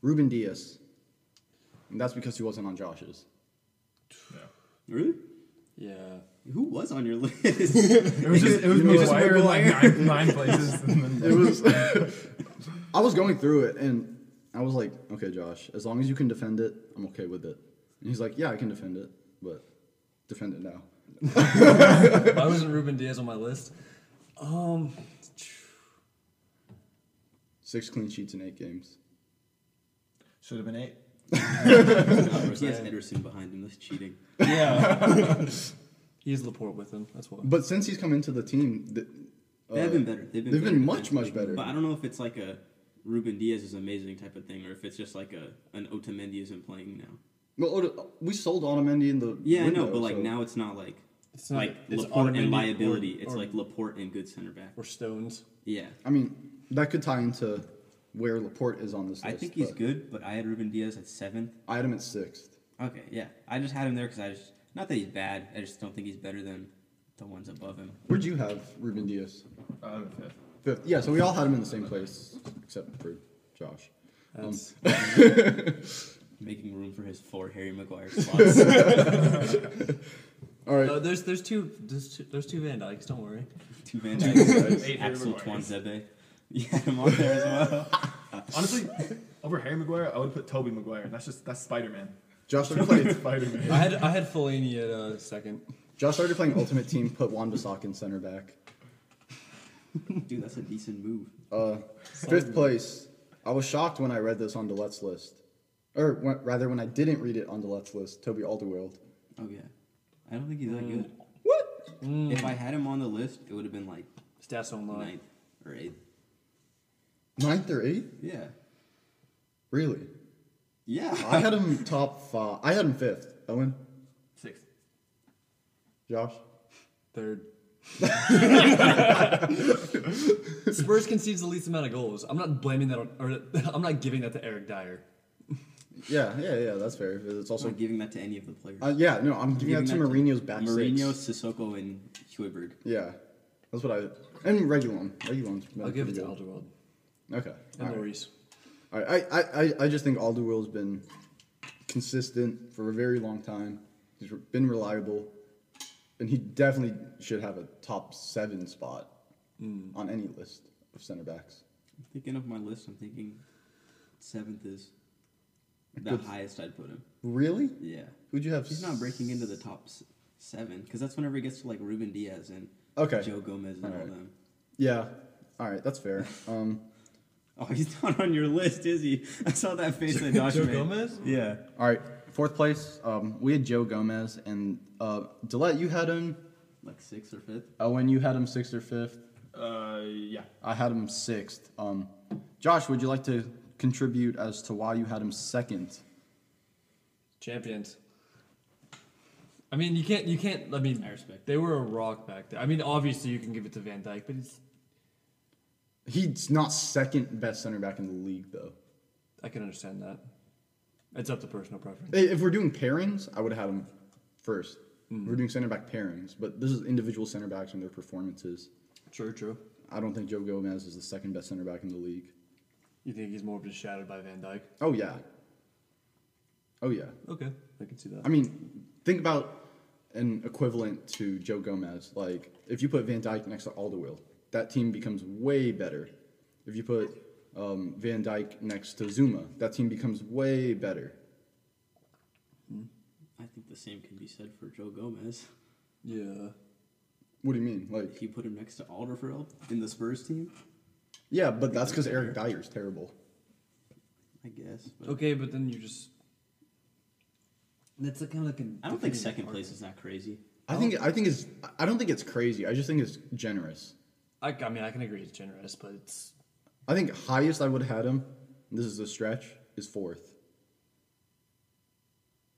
[SPEAKER 4] Ruben Diaz. And that's because he wasn't on Josh's.
[SPEAKER 2] Really?
[SPEAKER 3] Yeah.
[SPEAKER 2] Who was on your list?
[SPEAKER 6] It was just it was
[SPEAKER 4] You know
[SPEAKER 6] just
[SPEAKER 4] what?
[SPEAKER 6] we were in like nine, nine places. And then,
[SPEAKER 4] It was. I was going through it and I was like, okay, Josh, as long as you can defend it, I'm okay with it. And he's like, yeah, I can defend it, but defend it now.
[SPEAKER 3] Why wasn't Ruben Diaz on my list? Um,
[SPEAKER 4] Six clean sheets in eight games.
[SPEAKER 6] Should have been eight.
[SPEAKER 2] he has Ederson behind him. That's cheating.
[SPEAKER 3] yeah. He's Laporte with him. That's why.
[SPEAKER 4] But since he's come into the team, th-
[SPEAKER 2] They've
[SPEAKER 4] uh,
[SPEAKER 2] been better. They've been,
[SPEAKER 4] they've
[SPEAKER 2] better
[SPEAKER 4] been
[SPEAKER 2] than-
[SPEAKER 4] much, much better.
[SPEAKER 2] But I don't know if it's like a Ruben Diaz is amazing type of thing, or if it's just like a an Otamendi isn't playing now.
[SPEAKER 4] Well, Oda- we sold Otamendi in the
[SPEAKER 2] Yeah, I
[SPEAKER 4] window,
[SPEAKER 2] know, but like
[SPEAKER 4] so-
[SPEAKER 2] now it's not like
[SPEAKER 3] It's not-
[SPEAKER 2] like
[SPEAKER 3] it's
[SPEAKER 2] Laporte
[SPEAKER 3] Otamendi
[SPEAKER 2] and liability.
[SPEAKER 3] or-
[SPEAKER 2] it's
[SPEAKER 3] or-
[SPEAKER 2] like Laporte and good center back.
[SPEAKER 3] Or Stones.
[SPEAKER 2] Yeah,
[SPEAKER 4] I mean, that could tie into where Laporte is on this
[SPEAKER 2] I
[SPEAKER 4] list.
[SPEAKER 2] think he's
[SPEAKER 4] but
[SPEAKER 2] good, but I had Ruben Diaz at seventh.
[SPEAKER 4] I had him at sixth.
[SPEAKER 2] Okay, yeah, I just had him there because I just not that he's bad. I just don't think he's better than the ones above him.
[SPEAKER 4] Where'd you have Ruben Diaz?
[SPEAKER 6] Um, fifth.
[SPEAKER 4] Fifth. Yeah, so we all had him in the same place except for Josh.
[SPEAKER 3] That's,
[SPEAKER 2] Making room for his four Harry Maguire slots.
[SPEAKER 4] All right.
[SPEAKER 3] Uh, there's there's two there's two, there's two Van Dykes. Don't worry.
[SPEAKER 2] Two Van Dyke,
[SPEAKER 6] Eight
[SPEAKER 2] Axel
[SPEAKER 6] Harry Maguires.
[SPEAKER 2] Twanzebe. You had him on there as well.
[SPEAKER 6] Honestly, over Harry Maguire, I would put Toby Maguire. and That's just that's Spider Man.
[SPEAKER 4] Josh started
[SPEAKER 6] Played
[SPEAKER 4] playing.
[SPEAKER 6] Spider Man.
[SPEAKER 3] I had I had Fellaini at uh, second.
[SPEAKER 4] Josh started playing Ultimate Team. Put Juan Bissaka in center back.
[SPEAKER 2] Dude, that's a decent move.
[SPEAKER 4] Uh, fifth place. I was shocked when I read this on Delette's list, or when, rather when I didn't read it on Delette's list. Toby Alderweireld.
[SPEAKER 2] Oh yeah, I don't think he's that good.
[SPEAKER 4] Mm. What? Mm.
[SPEAKER 2] If I had him on the list, it would have been like
[SPEAKER 3] Stats online.
[SPEAKER 2] ninth or eighth.
[SPEAKER 4] Ninth or eighth?
[SPEAKER 2] Yeah,
[SPEAKER 4] Really?
[SPEAKER 2] yeah.
[SPEAKER 4] I had him top five. I had him fifth. Owen,
[SPEAKER 6] Sixth.
[SPEAKER 4] Josh.
[SPEAKER 3] Third. Spurs concedes the least amount of goals. I'm not blaming that on, or I'm not giving that to Eric Dyer.
[SPEAKER 4] Yeah, yeah, yeah. That's fair. It's
[SPEAKER 2] I'm
[SPEAKER 4] also
[SPEAKER 2] not giving that to any of the players.
[SPEAKER 4] Uh, yeah, no, I'm giving that to Mourinho's back
[SPEAKER 2] Mourinho,
[SPEAKER 4] six.
[SPEAKER 2] Sissoko, and Huiberg.
[SPEAKER 4] Yeah, that's what I and Regulon. Regulon's been
[SPEAKER 3] I'll give it
[SPEAKER 4] pretty
[SPEAKER 3] to
[SPEAKER 4] good.
[SPEAKER 3] Alderweireld
[SPEAKER 4] Okay,
[SPEAKER 3] and
[SPEAKER 4] all right.
[SPEAKER 3] Lloris.
[SPEAKER 4] All right. I, I, I, I just think Alderweirald's been consistent for a very long time. He's re- been reliable, and he definitely should have a top seven spot
[SPEAKER 2] Hmm.
[SPEAKER 4] on any list of center backs.
[SPEAKER 2] I'm thinking of my list. I'm thinking seventh is the
[SPEAKER 4] Good.
[SPEAKER 2] highest I'd put him.
[SPEAKER 4] Really?
[SPEAKER 2] Yeah,
[SPEAKER 4] Who'd you have?
[SPEAKER 2] he's not breaking into the top s- seven because that's whenever it gets to like Ruben Diaz and
[SPEAKER 4] Okay.
[SPEAKER 2] Joe Gomez and all,
[SPEAKER 4] Alright.
[SPEAKER 2] them.
[SPEAKER 4] Yeah. All right, that's fair. Um,
[SPEAKER 2] Oh, he's not on your list, is he? I saw that face that Josh
[SPEAKER 3] Joe
[SPEAKER 2] made.
[SPEAKER 3] Gomez?
[SPEAKER 2] Yeah.
[SPEAKER 4] all right, fourth place. Um, we had Joe Gomez and uh, Dillette. You had him.
[SPEAKER 2] Like sixth or fifth.
[SPEAKER 4] Owen, you had him sixth or fifth.
[SPEAKER 6] Uh, yeah.
[SPEAKER 4] I had him sixth. Um, Josh, would you like to contribute as to why you had him second?
[SPEAKER 3] Champions. I mean, you can't. You can't. I mean,
[SPEAKER 2] I respect
[SPEAKER 3] They were a rock back there. I mean, obviously you can give it to Van Dyke, but it's,
[SPEAKER 4] He's not second best center back in the league, though.
[SPEAKER 3] I can understand that. It's up to personal preference.
[SPEAKER 4] I- If we're doing pairings, I would have had him 1st we We're doing center back pairings, but this is individual center backs and their performances.
[SPEAKER 3] True, true.
[SPEAKER 4] I don't think Joe Gomez is the second best center back in the league.
[SPEAKER 3] You think he's more just shadowed by Van Dyke?
[SPEAKER 4] Oh yeah. Oh yeah.
[SPEAKER 3] Okay, I can see that.
[SPEAKER 4] I mean, think about an equivalent to Joe Gomez. Like, if you put Van Dyke next to Alderweireld, that team becomes way better. If you put um, Van Dyke next to Zuma, that team becomes way better.
[SPEAKER 2] I think the same can be said for Joe Gomez.
[SPEAKER 3] yeah.
[SPEAKER 4] What do you mean?
[SPEAKER 2] If
[SPEAKER 4] Like,
[SPEAKER 2] you put him next to Alderweireld in the Spurs team,
[SPEAKER 4] yeah, but that's because Eric Dyer's terrible.
[SPEAKER 2] I guess. But
[SPEAKER 3] Okay, but then you just. That's a kind of like
[SPEAKER 2] I don't think second place is that crazy.
[SPEAKER 4] I think I think it's I don't think it's crazy. I just think it's generous.
[SPEAKER 3] I, I mean, I can agree it's generous, but it's.
[SPEAKER 4] I think highest I would have had him. This is a stretch. Is fourth.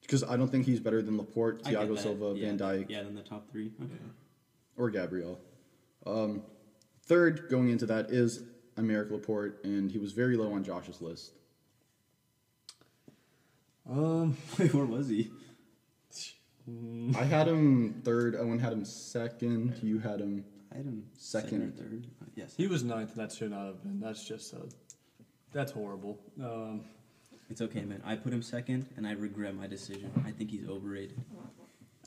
[SPEAKER 4] Because I don't think he's better than Laporte,
[SPEAKER 2] I get
[SPEAKER 4] Thiago
[SPEAKER 2] that.
[SPEAKER 4] Silva,
[SPEAKER 2] yeah,
[SPEAKER 4] Van Dyke.
[SPEAKER 2] Yeah, then the top three. Okay.
[SPEAKER 4] or Gabriel. Um, third, going into that, is Americ Laporte, and he was very low on Josh's list.
[SPEAKER 3] Um,
[SPEAKER 2] Wait, where was he?
[SPEAKER 4] I had him third, Owen had him second, you had him.
[SPEAKER 2] I had him
[SPEAKER 4] Second.
[SPEAKER 2] or third. Uh, Yes,
[SPEAKER 3] he was ninth, and that should not have been. That's just a. That's horrible. Um,
[SPEAKER 2] it's okay, man. I put him second, and I regret my decision. I think he's overrated.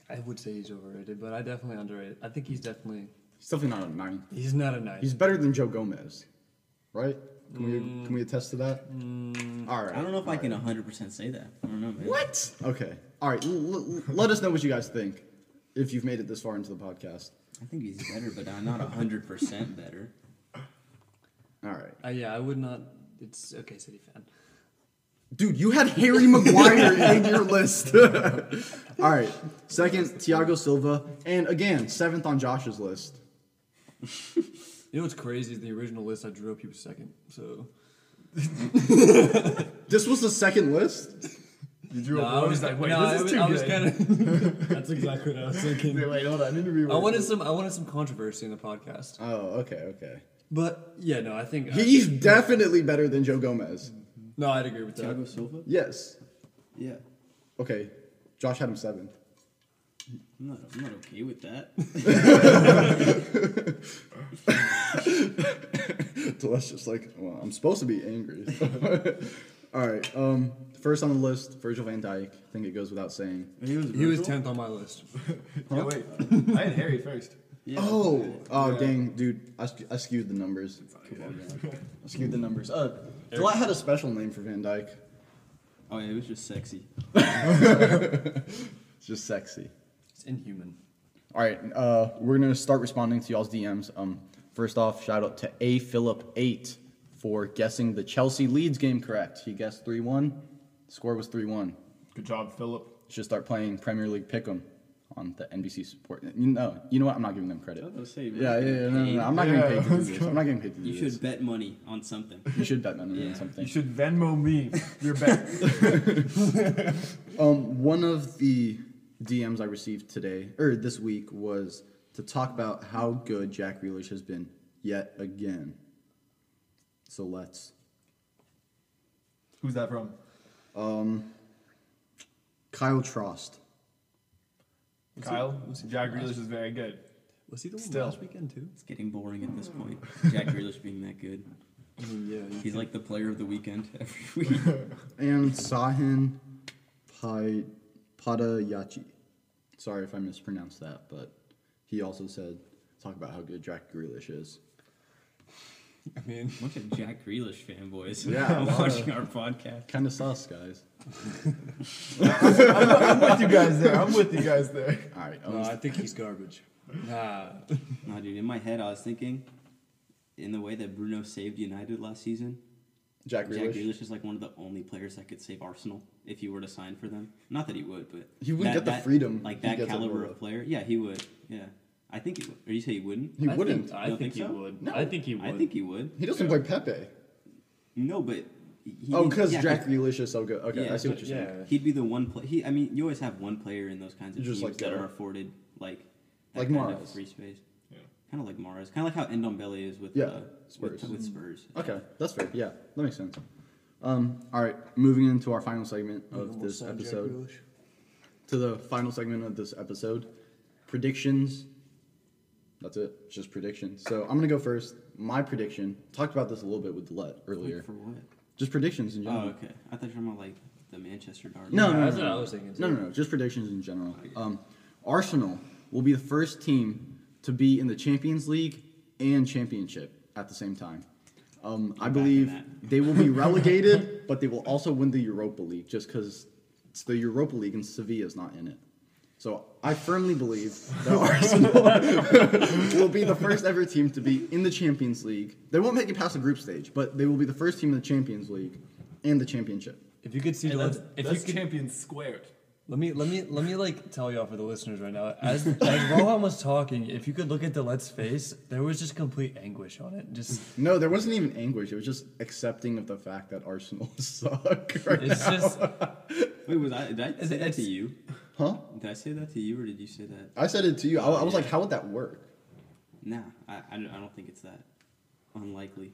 [SPEAKER 3] I would say he's overrated, but I definitely underrated. I think he's definitely.
[SPEAKER 4] He's definitely not a nine.
[SPEAKER 3] He's not a ninth.
[SPEAKER 4] He's better than Joe Gomez, right? Can, we, can we attest to that? All right.
[SPEAKER 2] Mm. I don't know if I
[SPEAKER 4] all
[SPEAKER 2] can
[SPEAKER 4] right.
[SPEAKER 2] 100% say that. I don't know, man.
[SPEAKER 4] What? Okay. All right. L- l- let us know what you guys think if you've made it this far into the podcast.
[SPEAKER 2] I think he's better, but I'm not 100% better.
[SPEAKER 4] All right.
[SPEAKER 3] Uh, yeah, I would not. It's okay, City fan.
[SPEAKER 4] Dude, you had Harry Maguire in your list. All right. Second, Thiago Silva. And again, seventh on Josh's list.
[SPEAKER 3] You know what's crazy is the original list I drew up. He was second. So
[SPEAKER 4] This was the second list?
[SPEAKER 6] You drew
[SPEAKER 3] No,
[SPEAKER 6] a
[SPEAKER 3] I
[SPEAKER 6] board.
[SPEAKER 3] was
[SPEAKER 6] He's like, wait,
[SPEAKER 3] no, I
[SPEAKER 6] this is
[SPEAKER 3] was,
[SPEAKER 6] too
[SPEAKER 3] I was
[SPEAKER 6] good.
[SPEAKER 3] kind of. That's exactly what I was
[SPEAKER 6] Wait,
[SPEAKER 3] thinking.
[SPEAKER 6] wait, hold on. Interview.
[SPEAKER 3] I wanted some. I wanted some controversy in the podcast.
[SPEAKER 4] Oh, okay, okay.
[SPEAKER 3] But yeah, no, I think I,
[SPEAKER 4] He's definitely better than Joe Gomez.
[SPEAKER 3] no, I'd agree with that.
[SPEAKER 2] Thiago Silva?
[SPEAKER 4] Yes.
[SPEAKER 2] Yeah.
[SPEAKER 4] Okay. Josh had him seventh.
[SPEAKER 2] I'm not, I'm not okay with that.
[SPEAKER 4] So that's just like, well, I'm supposed to be angry. All right. Um, first on the list, Virgil van Dyke. I think it goes without saying.
[SPEAKER 2] he was,
[SPEAKER 3] He was
[SPEAKER 2] Virgil?
[SPEAKER 3] tenth on my list.
[SPEAKER 6] Yeah, wait. I had Harry first.
[SPEAKER 2] Yeah.
[SPEAKER 4] Oh, oh, dang, dude, I, skew- I skewed the numbers. Come on, man. I skewed the numbers. Uh, Dwight had a special name for Van Dyke.
[SPEAKER 2] Oh, yeah, it was just sexy.
[SPEAKER 4] It's just sexy.
[SPEAKER 3] It's inhuman.
[SPEAKER 4] All right, uh, we're gonna start responding to y'all's DMs. Um, first off, shout out to A Philip Eight for guessing the Chelsea Leeds game correct. He guessed three one. Score was three one.
[SPEAKER 6] Good job, Philip.
[SPEAKER 4] Should start playing Premier League Pick'em on the NBC support. No, you know what? I'm not giving them credit.
[SPEAKER 2] I was gonna say, we're
[SPEAKER 4] Yeah,
[SPEAKER 2] not
[SPEAKER 4] yeah, yeah,
[SPEAKER 2] getting
[SPEAKER 4] no, no,
[SPEAKER 2] paid.
[SPEAKER 4] no. I'm not getting
[SPEAKER 6] Yeah,
[SPEAKER 4] paid to do this. I'm not getting paid to do
[SPEAKER 2] You
[SPEAKER 4] this.
[SPEAKER 2] should bet money on something.
[SPEAKER 4] You should bet money
[SPEAKER 2] Yeah.
[SPEAKER 4] on something.
[SPEAKER 6] You should Venmo me. You're back.
[SPEAKER 4] Um, one of the DMs I received today or this week was to talk about how good Jack Grealish has been yet again. So let's
[SPEAKER 6] Who's that from?
[SPEAKER 4] Kyle Trost.
[SPEAKER 6] Kyle. Jack Grealish is very good.
[SPEAKER 3] Was he the one
[SPEAKER 6] Still.
[SPEAKER 3] last weekend too?
[SPEAKER 2] It's getting boring at this point. Jack Grealish being that good.
[SPEAKER 3] I mean, yeah.
[SPEAKER 2] He's like the player of the weekend every week.
[SPEAKER 4] And Sahin Pai Padayachi. Sorry if I mispronounced that, but he also said talk about how good Jack Grealish is.
[SPEAKER 3] I mean,
[SPEAKER 2] Bunch of Jack Grealish fanboys
[SPEAKER 4] Yeah,
[SPEAKER 2] watching our podcast.
[SPEAKER 4] Kind of sus, guys.
[SPEAKER 6] I'm with you guys there. I'm with you guys there.
[SPEAKER 4] All right.
[SPEAKER 3] no, I think he's garbage. Nah.
[SPEAKER 2] Nah, dude, in my head, I was thinking, in the way that Bruno saved United last season,
[SPEAKER 4] Jack Grealish.
[SPEAKER 2] Jack Grealish is like one of the only players that could save Arsenal if he were to sign for them. Not that he would, but
[SPEAKER 4] He would
[SPEAKER 2] that-
[SPEAKER 4] get the
[SPEAKER 2] that-
[SPEAKER 4] freedom
[SPEAKER 2] Like
[SPEAKER 4] he
[SPEAKER 2] that
[SPEAKER 4] gets at
[SPEAKER 2] caliber
[SPEAKER 4] Villa.
[SPEAKER 2] of player. Yeah, he would. Yeah, I think he would. Or you say he wouldn't?
[SPEAKER 4] He
[SPEAKER 3] I
[SPEAKER 4] wouldn't.
[SPEAKER 3] Think, I
[SPEAKER 2] Don't
[SPEAKER 3] think,
[SPEAKER 2] think
[SPEAKER 3] he
[SPEAKER 2] so?
[SPEAKER 3] would.
[SPEAKER 4] No.
[SPEAKER 3] I think he would.
[SPEAKER 2] I think he would.
[SPEAKER 4] He doesn't play Pepe.
[SPEAKER 2] No, but he- he
[SPEAKER 4] Oh,
[SPEAKER 2] didn't-
[SPEAKER 4] because
[SPEAKER 2] yeah,
[SPEAKER 4] Jack Grealish is so good. Okay,
[SPEAKER 2] Yeah,
[SPEAKER 4] I see what you're saying.
[SPEAKER 3] yeah.
[SPEAKER 2] He'd be the one play. He, I mean, you always have one player in those kinds of
[SPEAKER 4] Just
[SPEAKER 2] teams
[SPEAKER 4] like
[SPEAKER 2] that
[SPEAKER 4] that.
[SPEAKER 2] are afforded like that
[SPEAKER 4] Like
[SPEAKER 2] kind of
[SPEAKER 4] Mahrez.
[SPEAKER 2] free space.
[SPEAKER 6] Yeah.
[SPEAKER 2] Kind of like Mars. Kind of like how Endombele is with
[SPEAKER 4] Yeah,
[SPEAKER 2] uh,
[SPEAKER 4] Spurs.
[SPEAKER 2] With, with Spurs.
[SPEAKER 4] Okay, that's fair. Yeah, that makes sense. Um, all right, moving into our final segment of this episode. To the final segment of this episode, predictions. That's it. It's just predictions. So I'm gonna go first. My prediction. Talked about this a little bit with Let earlier.
[SPEAKER 2] For what?
[SPEAKER 4] Just predictions in general.
[SPEAKER 2] Oh, okay. I thought you were talking about like the Manchester Derby.
[SPEAKER 4] No,
[SPEAKER 3] Yeah,
[SPEAKER 4] no,
[SPEAKER 3] that's
[SPEAKER 4] no,
[SPEAKER 3] what
[SPEAKER 4] no.
[SPEAKER 3] I was thinking,
[SPEAKER 4] No,
[SPEAKER 3] too.
[SPEAKER 4] no, no. Just predictions in general. Um, Arsenal will be the first team to be in the Champions League and Championship at the same time. Um, I
[SPEAKER 2] in
[SPEAKER 4] believe
[SPEAKER 2] that.
[SPEAKER 4] they will be relegated, but they will also win the Europa League just because it's the Europa League and Sevilla is not in it. So I firmly believe that Arsenal will be the first ever team to be in the Champions League. They won't make it past the group stage, but they will be the first team in the Champions League and the Championship.
[SPEAKER 3] If you could see,
[SPEAKER 6] Hey,
[SPEAKER 3] the
[SPEAKER 6] that's
[SPEAKER 3] list- if
[SPEAKER 6] that's
[SPEAKER 3] you could,
[SPEAKER 6] champions squared.
[SPEAKER 3] let me let me let me like tell y'all for the listeners right now. As as Rohan was talking, if you could look at the let's face, there was just complete anguish on it. Just
[SPEAKER 4] No, there wasn't even anguish. It was just accepting of the fact that Arsenal suck. Right
[SPEAKER 3] it's
[SPEAKER 4] now.
[SPEAKER 3] just
[SPEAKER 2] Wait, was I? Did I say that
[SPEAKER 3] it's-
[SPEAKER 2] to you?
[SPEAKER 4] huh?
[SPEAKER 2] Did I say that to you, or did you say that?
[SPEAKER 4] I said it to you. I, I was like, how would that work?
[SPEAKER 2] Nah, I, I, don't- I don't think it's that unlikely.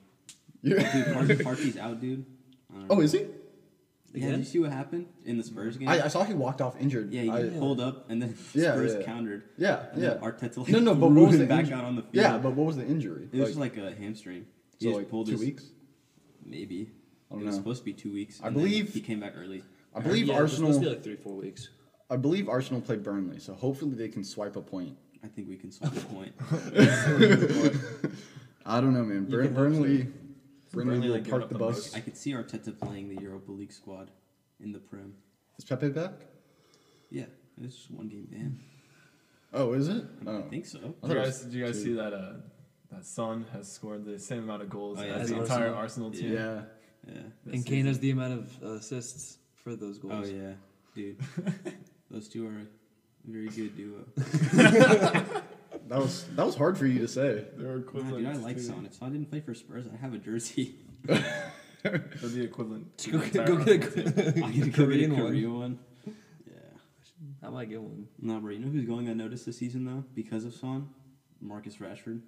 [SPEAKER 4] Yeah.
[SPEAKER 2] Dude, Park, Parkey's out, dude. I don't
[SPEAKER 4] Oh,
[SPEAKER 2] know.
[SPEAKER 4] is he?
[SPEAKER 2] Yeah, did you see what happened in the Spurs game?
[SPEAKER 4] I, I saw he walked off injured.
[SPEAKER 2] yeah, he
[SPEAKER 4] I-
[SPEAKER 2] got pulled up and then
[SPEAKER 4] Yeah,
[SPEAKER 2] Spurs
[SPEAKER 4] yeah.
[SPEAKER 2] countered.
[SPEAKER 4] yeah,
[SPEAKER 2] And
[SPEAKER 4] yeah.
[SPEAKER 2] then Arteta like,
[SPEAKER 4] no, no, but
[SPEAKER 2] threw
[SPEAKER 4] what was
[SPEAKER 2] him
[SPEAKER 4] the
[SPEAKER 2] back
[SPEAKER 4] inju-
[SPEAKER 2] out on the field.
[SPEAKER 4] Yeah, but what was the injury?
[SPEAKER 2] It was just like a hamstring. He
[SPEAKER 4] so
[SPEAKER 2] just
[SPEAKER 4] like
[SPEAKER 2] pulled
[SPEAKER 4] two
[SPEAKER 2] his,
[SPEAKER 4] weeks.
[SPEAKER 2] Maybe.
[SPEAKER 4] I don't
[SPEAKER 2] it was
[SPEAKER 4] know.
[SPEAKER 2] supposed to be two weeks.
[SPEAKER 4] I
[SPEAKER 2] and then
[SPEAKER 4] believe-
[SPEAKER 2] he came back early.
[SPEAKER 4] I believe
[SPEAKER 7] yeah, it was supposed
[SPEAKER 4] Arsenal.
[SPEAKER 7] to be like three, four weeks.
[SPEAKER 4] I believe Arsenal played Burnley, so hopefully they can swipe a point.
[SPEAKER 2] I think we can solve the point.
[SPEAKER 4] I don't know, man. Burn, Burnley,
[SPEAKER 6] can hope so.
[SPEAKER 4] Burnley,
[SPEAKER 6] Burnley,
[SPEAKER 4] will
[SPEAKER 6] like, give
[SPEAKER 4] park
[SPEAKER 6] up
[SPEAKER 4] the
[SPEAKER 6] the
[SPEAKER 4] bus.
[SPEAKER 2] I could see Arteta playing the Europa League squad in the Prem.
[SPEAKER 4] Is Pepe back?
[SPEAKER 2] Yeah, it's just one game ban.
[SPEAKER 4] Oh, is it?
[SPEAKER 2] I
[SPEAKER 4] Oh.
[SPEAKER 2] think so.
[SPEAKER 4] I
[SPEAKER 6] Did
[SPEAKER 4] thought
[SPEAKER 6] you
[SPEAKER 4] it
[SPEAKER 6] guys,
[SPEAKER 4] was
[SPEAKER 6] did you guys
[SPEAKER 4] two.
[SPEAKER 6] see that uh, that Son has scored the same amount of goals
[SPEAKER 2] Oh, yeah,
[SPEAKER 6] as
[SPEAKER 2] as
[SPEAKER 6] the
[SPEAKER 2] Arsenal.
[SPEAKER 6] entire Arsenal team?
[SPEAKER 4] Yeah.
[SPEAKER 2] Yeah.
[SPEAKER 6] this
[SPEAKER 8] And Kane has the amount of uh, assists for those
[SPEAKER 2] Oh
[SPEAKER 8] goals.
[SPEAKER 2] yeah, dude. Those two are a very good duo.
[SPEAKER 4] That was that was hard for you to say.
[SPEAKER 6] They're
[SPEAKER 2] Nah,
[SPEAKER 6] equivalent.
[SPEAKER 2] dude, I like Son. If Son didn't play for Spurs, I have a jersey.
[SPEAKER 6] They're the equivalent. to
[SPEAKER 8] Go
[SPEAKER 6] the
[SPEAKER 8] get-
[SPEAKER 6] entire
[SPEAKER 8] go get a
[SPEAKER 6] Arsenal team.
[SPEAKER 2] I could go get a
[SPEAKER 8] Korean one.
[SPEAKER 2] Korea one. Yeah.
[SPEAKER 8] I might get one.
[SPEAKER 2] Nah, bro. You know who's going unnoticed this season though, because of Son, Marcus Rashford.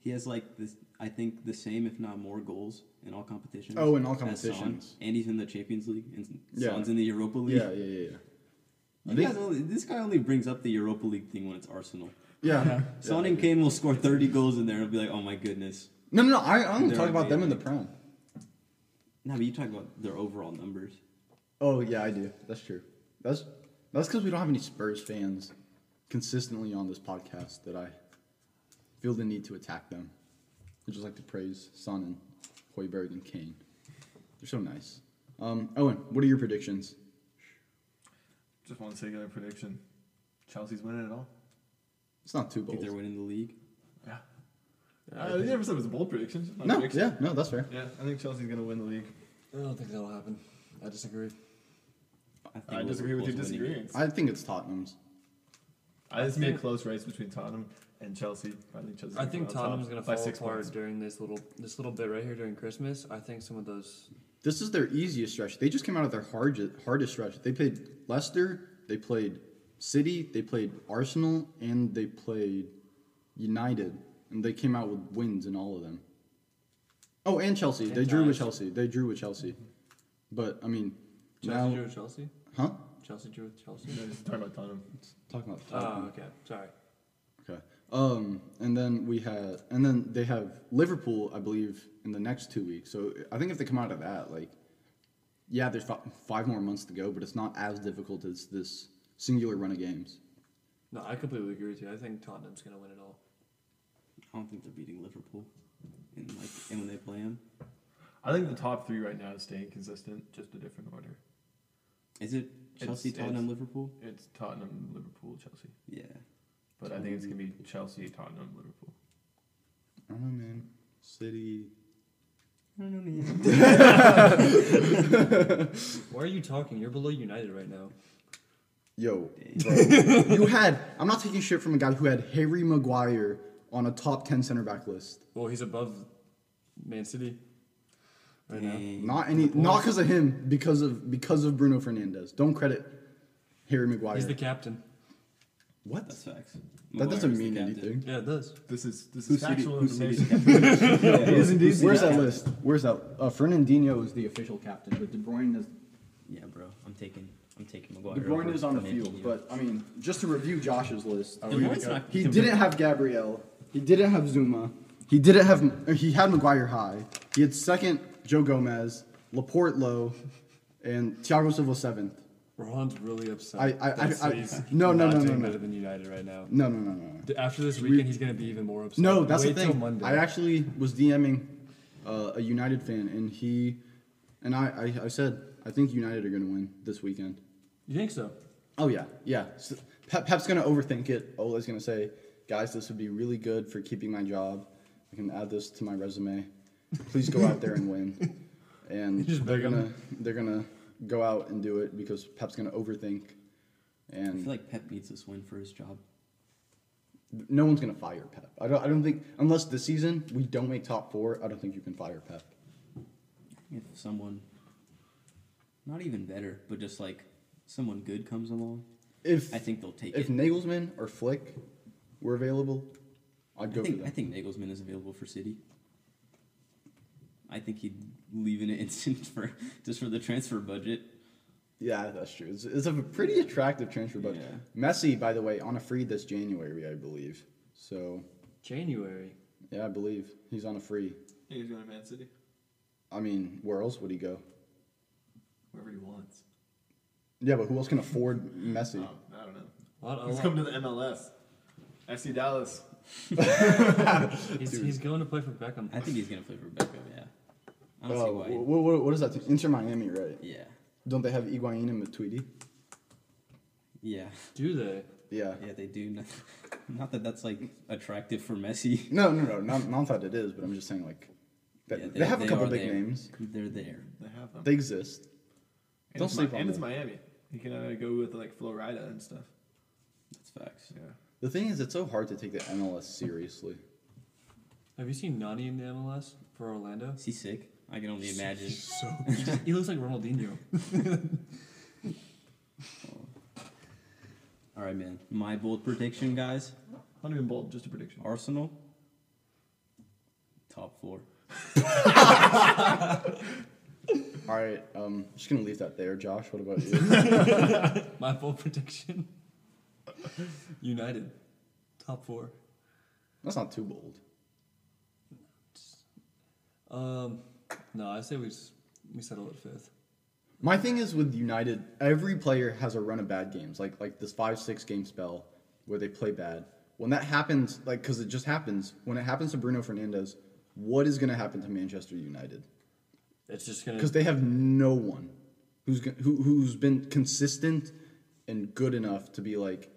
[SPEAKER 2] He has like this. I think the same, if not more, goals in all competitions.
[SPEAKER 4] Oh, in all
[SPEAKER 2] as Son,
[SPEAKER 4] competitions.
[SPEAKER 2] and he's in the Champions League, and
[SPEAKER 4] Yeah.
[SPEAKER 2] Son's in the Europa League.
[SPEAKER 4] Yeah, yeah, yeah, yeah.
[SPEAKER 2] You guys only, this guy only brings up the Europa League thing when it's Arsenal.
[SPEAKER 4] Yeah.
[SPEAKER 2] Son and Kane will score 30 goals in there and be like, oh my goodness.
[SPEAKER 4] No, no, no. I, I only
[SPEAKER 2] They're
[SPEAKER 4] talk about them in the prem.
[SPEAKER 2] No, but you talk about their overall numbers.
[SPEAKER 4] Oh yeah, I do. That's true. That's that's because we don't have any Spurs fans consistently on this podcast that I feel the need to attack them. I just like to praise Son and Hoiberg and Kane. They're so nice. Um, Owen, what are your predictions?
[SPEAKER 6] Just one singular prediction. Chelsea's winning it all.
[SPEAKER 4] It's not too
[SPEAKER 2] I think
[SPEAKER 4] bold.
[SPEAKER 2] they're winning the league.
[SPEAKER 6] Yeah. Uh, you never said it was a bold prediction. it's just my
[SPEAKER 4] No,
[SPEAKER 6] prediction.
[SPEAKER 4] yeah, no, that's fair.
[SPEAKER 6] Yeah, I think Chelsea's gonna win the league.
[SPEAKER 8] I don't think that'll happen. I disagree.
[SPEAKER 2] I, think
[SPEAKER 6] I disagree with you
[SPEAKER 2] Liverpool's winning it.
[SPEAKER 6] disagreeing.
[SPEAKER 4] I think it's Tottenham's.
[SPEAKER 6] I just be a close race between Tottenham and Chelsea. I think Chelsea's
[SPEAKER 8] I
[SPEAKER 6] gonna
[SPEAKER 8] think
[SPEAKER 6] come out
[SPEAKER 8] Tottenham's
[SPEAKER 6] top
[SPEAKER 8] gonna
[SPEAKER 6] by
[SPEAKER 8] fall
[SPEAKER 6] six
[SPEAKER 8] apart
[SPEAKER 6] points.
[SPEAKER 8] during this little this little bit right here during Christmas. I think some of those.
[SPEAKER 4] This is their easiest stretch. They just came out of their hard, hardest stretch. They played Leicester, they played City, they played Arsenal, and they played United, and they came out with wins in all of them. Oh, and Chelsea. they drew with Chelsea. They drew with Chelsea. But I mean,
[SPEAKER 8] Chelsea
[SPEAKER 4] now,
[SPEAKER 8] drew with Chelsea.
[SPEAKER 4] huh?
[SPEAKER 8] Chelsea drew with Chelsea.
[SPEAKER 6] No, just talking about Tottenham.
[SPEAKER 4] Talking about
[SPEAKER 8] Oh,
[SPEAKER 4] Tottenham.
[SPEAKER 8] okay. Sorry.
[SPEAKER 4] Okay. Um, and then we had, and then they have Liverpool, I believe, in the next two weeks. So I think if they come out of that, like, yeah, there's fi- five more months to go, but it's not as difficult as this singular run of games.
[SPEAKER 8] No, I completely agree with you. I think Tottenham's gonna win it all.
[SPEAKER 2] I don't think they're beating Liverpool. And like, and when they play them,
[SPEAKER 6] I think the top three right now is staying consistent, just a different order.
[SPEAKER 2] is it Chelsea,
[SPEAKER 6] It's-
[SPEAKER 2] Tottenham,
[SPEAKER 6] it's-
[SPEAKER 2] Liverpool?
[SPEAKER 6] It's Tottenham, Liverpool, Chelsea.
[SPEAKER 2] Yeah.
[SPEAKER 6] But I think it's gonna be Chelsea, Tottenham, Liverpool.
[SPEAKER 4] I don't know, man. City.
[SPEAKER 2] I don't know, man.
[SPEAKER 8] Why are you talking? You're below United right now.
[SPEAKER 4] Yo, bro, you had. I'm not taking shit from a guy who had Harry Maguire on a top ten center back list.
[SPEAKER 8] Well, he's above Man City right now.
[SPEAKER 2] Dang.
[SPEAKER 4] Not any, not because of him, because of because of Bruno Fernandez. Don't credit Harry Maguire.
[SPEAKER 8] He's the captain.
[SPEAKER 4] what?
[SPEAKER 2] That's facts.
[SPEAKER 4] That
[SPEAKER 2] Maguire's
[SPEAKER 4] doesn't
[SPEAKER 2] the
[SPEAKER 4] mean
[SPEAKER 2] captain.
[SPEAKER 4] anything.
[SPEAKER 8] Yeah, it does.
[SPEAKER 6] This is this
[SPEAKER 2] Who's
[SPEAKER 6] is factual
[SPEAKER 2] City? Who's
[SPEAKER 6] information.
[SPEAKER 2] City?
[SPEAKER 6] Who's indeed
[SPEAKER 4] Where's that
[SPEAKER 6] the-
[SPEAKER 4] list? Where's that? Uh, Fernandinho is the official captain, but De Bruyne is
[SPEAKER 2] Yeah, bro. I'm taking. I'm taking Maguire.
[SPEAKER 4] De Bruyne
[SPEAKER 2] over
[SPEAKER 4] is on the
[SPEAKER 2] Fernandinho.
[SPEAKER 4] field. But I mean, just to review Josh's list,
[SPEAKER 2] De Bruyne's not.
[SPEAKER 4] he didn't have Gabrielle. He didn't have Zuma. He didn't have. or He had Maguire high. He had second Joe Gomez, Laporte low, and Thiago Silva seventh.
[SPEAKER 8] Rohan's really upset.
[SPEAKER 4] I- I-
[SPEAKER 8] that
[SPEAKER 4] I- I-
[SPEAKER 8] City's
[SPEAKER 4] no, no,
[SPEAKER 8] not
[SPEAKER 4] no, no,
[SPEAKER 8] doing
[SPEAKER 4] no.
[SPEAKER 8] better than United right now.
[SPEAKER 4] No, no, no, no, no.
[SPEAKER 8] D- After this weekend, he's gonna be even more upset.
[SPEAKER 4] No, that's
[SPEAKER 8] Wait
[SPEAKER 4] the
[SPEAKER 8] Till
[SPEAKER 4] thing.
[SPEAKER 8] Monday.
[SPEAKER 4] I actually was DMing uh, a United fan, and he and I, I, I said, I think United are going to win this weekend.
[SPEAKER 8] you think so?
[SPEAKER 4] Oh yeah, yeah. So Pep, Pep's gonna overthink it. Ole's gonna say, "Guys, this would be really good for keeping my job. I can add this to my resume. Please go out there and win." And
[SPEAKER 8] Just
[SPEAKER 4] they're
[SPEAKER 8] beg 'em.
[SPEAKER 4] gonna they're gonna go out and do it because Pep's gonna overthink,
[SPEAKER 2] I
[SPEAKER 4] and
[SPEAKER 2] feel like Pep needs this win for his job.
[SPEAKER 4] no one's gonna fire Pep. I don't I don't think unless this season we don't make top four. I don't think you can fire Pep.
[SPEAKER 2] if someone not even better but just like someone good comes along
[SPEAKER 4] If
[SPEAKER 2] i think they'll take
[SPEAKER 4] if
[SPEAKER 2] it
[SPEAKER 4] Nagelsmann or Flick were available, I'd
[SPEAKER 2] I
[SPEAKER 4] go
[SPEAKER 2] think
[SPEAKER 4] for
[SPEAKER 2] I
[SPEAKER 4] that.
[SPEAKER 2] think Nagelsmann is available for City. I think he'd leave in an instant for just for the transfer budget.
[SPEAKER 4] Yeah, that's true. It's, it's a pretty attractive transfer budget. Messi, by the way, on a free this January, I believe. So
[SPEAKER 3] January.
[SPEAKER 4] yeah, I believe he's on a free.
[SPEAKER 6] He's going to Man City,
[SPEAKER 4] I mean, where else would he go?
[SPEAKER 6] wherever he wants.
[SPEAKER 4] Yeah, but who else can afford Messi?
[SPEAKER 2] Oh,
[SPEAKER 6] Um, I don't know.
[SPEAKER 3] What a
[SPEAKER 6] He's
[SPEAKER 3] lot.
[SPEAKER 6] come to the MLS. FC Dallas.
[SPEAKER 3] He's, he's going to play for Beckham.
[SPEAKER 2] I think he's gonna play for Beckham. Yeah, I don't
[SPEAKER 4] Oh,
[SPEAKER 2] see why.
[SPEAKER 4] what, what is that? Team? Inter Miami, right?
[SPEAKER 2] Yeah,
[SPEAKER 4] Don't they have Iguain and Matuidi?
[SPEAKER 2] yeah,
[SPEAKER 3] Do they?
[SPEAKER 4] Yeah.
[SPEAKER 2] yeah. They do. Not, not that that's like attractive for Messi.
[SPEAKER 4] No, no, no. Not, not that it is, but I'm just saying like that,
[SPEAKER 2] Yeah,
[SPEAKER 4] they, have a couple
[SPEAKER 2] are
[SPEAKER 4] big
[SPEAKER 2] there.
[SPEAKER 4] names.
[SPEAKER 2] They're there.
[SPEAKER 6] They have them.
[SPEAKER 4] They exist.
[SPEAKER 6] And
[SPEAKER 4] Don't
[SPEAKER 6] it's
[SPEAKER 4] sleep
[SPEAKER 6] Mi-
[SPEAKER 4] on
[SPEAKER 6] And it's
[SPEAKER 4] them.
[SPEAKER 6] Miami. He can uh, go with like Florida and stuff.
[SPEAKER 2] That's facts.
[SPEAKER 6] Yeah.
[SPEAKER 4] The thing is, it's so hard to take the MLS seriously.
[SPEAKER 3] Have you seen Nani in the MLS for Orlando?
[SPEAKER 2] Is he sick? I can only imagine.
[SPEAKER 3] He looks like Ronaldinho.
[SPEAKER 2] All right, man. My bold prediction, guys.
[SPEAKER 6] Not even bold, just a prediction.
[SPEAKER 2] Arsenal. Top four.
[SPEAKER 4] All right, um, just gonna leave that there, Josh. What about you?
[SPEAKER 3] My full prediction. United, top four.
[SPEAKER 4] That's not too bold.
[SPEAKER 3] Um, no, I say we s- we settle at fifth.
[SPEAKER 4] My thing is with United, every player has a run of bad games, like like this five six game spell where they play bad. When that happens, like because it just happens, when it happens to Bruno Fernandez, what is gonna happen to Manchester United?
[SPEAKER 3] It's just gonna.
[SPEAKER 4] Because they have no one who's go- who, who's been consistent and good enough to be like,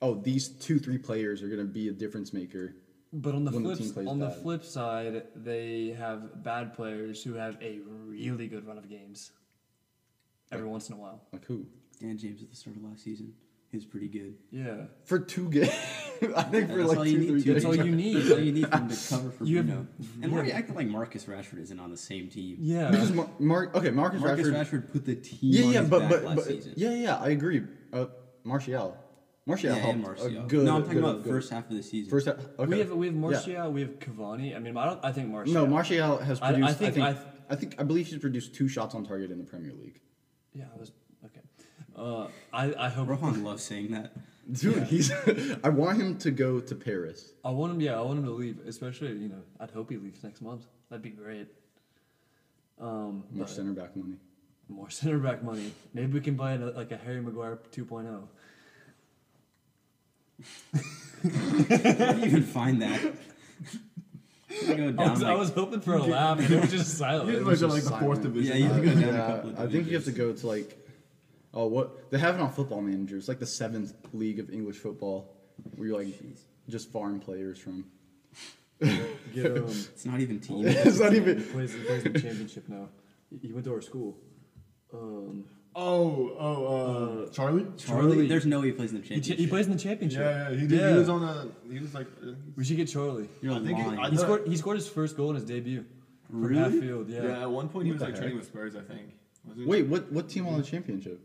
[SPEAKER 4] oh, these two three players are gonna be a difference maker.
[SPEAKER 3] But on the
[SPEAKER 4] when the
[SPEAKER 3] flip
[SPEAKER 4] team plays
[SPEAKER 3] on the
[SPEAKER 4] bad.
[SPEAKER 3] flip side, they have bad players who have a really good run of games. Every once in a while.
[SPEAKER 4] Like who?
[SPEAKER 2] Dan James at the start of last season. He was pretty good.
[SPEAKER 3] Yeah.
[SPEAKER 4] For two games, I think
[SPEAKER 2] Yeah,
[SPEAKER 4] for
[SPEAKER 2] that's
[SPEAKER 4] like
[SPEAKER 2] all you
[SPEAKER 4] two
[SPEAKER 2] need,
[SPEAKER 4] three
[SPEAKER 2] dude.
[SPEAKER 4] games.
[SPEAKER 3] That's all you need.
[SPEAKER 2] That's all you need from the cover for
[SPEAKER 3] You have-
[SPEAKER 2] Bruno. and why are you acting like Marcus Rashford isn't on the same team?
[SPEAKER 3] Yeah.
[SPEAKER 4] Because Mar- Mark, okay, Marcus,
[SPEAKER 2] Marcus
[SPEAKER 4] Rashford
[SPEAKER 2] Rashford, put the team
[SPEAKER 4] Yeah,
[SPEAKER 2] on
[SPEAKER 4] yeah,
[SPEAKER 2] his
[SPEAKER 4] but
[SPEAKER 2] back
[SPEAKER 4] but,
[SPEAKER 2] last
[SPEAKER 4] but
[SPEAKER 2] season.
[SPEAKER 4] yeah, yeah, I agree. Uh, Martial, Martial
[SPEAKER 2] Yeah,
[SPEAKER 4] helped.
[SPEAKER 2] and
[SPEAKER 4] a
[SPEAKER 2] Martial.
[SPEAKER 4] good,
[SPEAKER 2] no, I'm talking
[SPEAKER 4] good-
[SPEAKER 2] about
[SPEAKER 4] good-
[SPEAKER 2] first half of the season.
[SPEAKER 4] First half. Okay.
[SPEAKER 3] We have we have
[SPEAKER 4] Yeah.
[SPEAKER 3] Martial, we have Cavani. I mean, I don't. I think Martial.
[SPEAKER 4] No, Martial has
[SPEAKER 3] I- I
[SPEAKER 4] produced. I,
[SPEAKER 3] think-
[SPEAKER 4] think, I
[SPEAKER 3] I
[SPEAKER 4] think
[SPEAKER 3] th-
[SPEAKER 4] I believe he's produced two shots on target in the Premier League.
[SPEAKER 3] Yeah, I was okay. Uh, I I hope
[SPEAKER 2] Rohan loves saying that.
[SPEAKER 4] Dude, he's. I want him to go to Paris.
[SPEAKER 3] I want him. Yeah, I want him to leave. Especially, you know, I'd hope he leaves next month. That'd be great. Um,
[SPEAKER 4] More
[SPEAKER 3] but
[SPEAKER 4] center back money.
[SPEAKER 3] more center back money. Maybe we can buy an, like a Harry Maguire oh. 2.0.
[SPEAKER 2] Where do you even find that? You go
[SPEAKER 3] I
[SPEAKER 2] down,
[SPEAKER 3] was, I
[SPEAKER 2] like-
[SPEAKER 3] was hoping for a laugh, and it was just
[SPEAKER 6] He
[SPEAKER 3] silent.
[SPEAKER 6] was
[SPEAKER 4] just
[SPEAKER 6] like the fourth
[SPEAKER 4] silent.
[SPEAKER 6] division.
[SPEAKER 2] yeah, you have to go down a
[SPEAKER 4] Yeah,
[SPEAKER 2] couple of
[SPEAKER 4] I think you have to
[SPEAKER 2] divisions.
[SPEAKER 4] go to like, oh what they have it on Football Manager. It's like the seventh league of English football, where you like just farm players from.
[SPEAKER 3] Get him.
[SPEAKER 2] It's not even team.
[SPEAKER 4] it's not
[SPEAKER 3] He
[SPEAKER 4] even.
[SPEAKER 3] plays, he plays in the championship now. He he went to our school. Um,
[SPEAKER 6] Oh, oh, uh, Charlie.
[SPEAKER 2] Charlie, there's no way he plays in the
[SPEAKER 3] he, cha-
[SPEAKER 2] championship.
[SPEAKER 3] he plays in the championship.
[SPEAKER 6] Yeah, yeah, he did. He was on the. He was like. uh,
[SPEAKER 3] we should get Charlie.
[SPEAKER 2] You're
[SPEAKER 6] I think he-
[SPEAKER 2] lying.
[SPEAKER 6] I
[SPEAKER 3] He
[SPEAKER 6] thought-
[SPEAKER 3] scored. He scored his first goal in his debut. From
[SPEAKER 2] Really?
[SPEAKER 3] half field.
[SPEAKER 6] yeah.
[SPEAKER 3] Yeah.
[SPEAKER 6] at one point he
[SPEAKER 4] What
[SPEAKER 6] was
[SPEAKER 4] the
[SPEAKER 6] like
[SPEAKER 4] heck?
[SPEAKER 6] training with Spurs, I think. Wasn't he?
[SPEAKER 4] Wait, what? What team won the championship?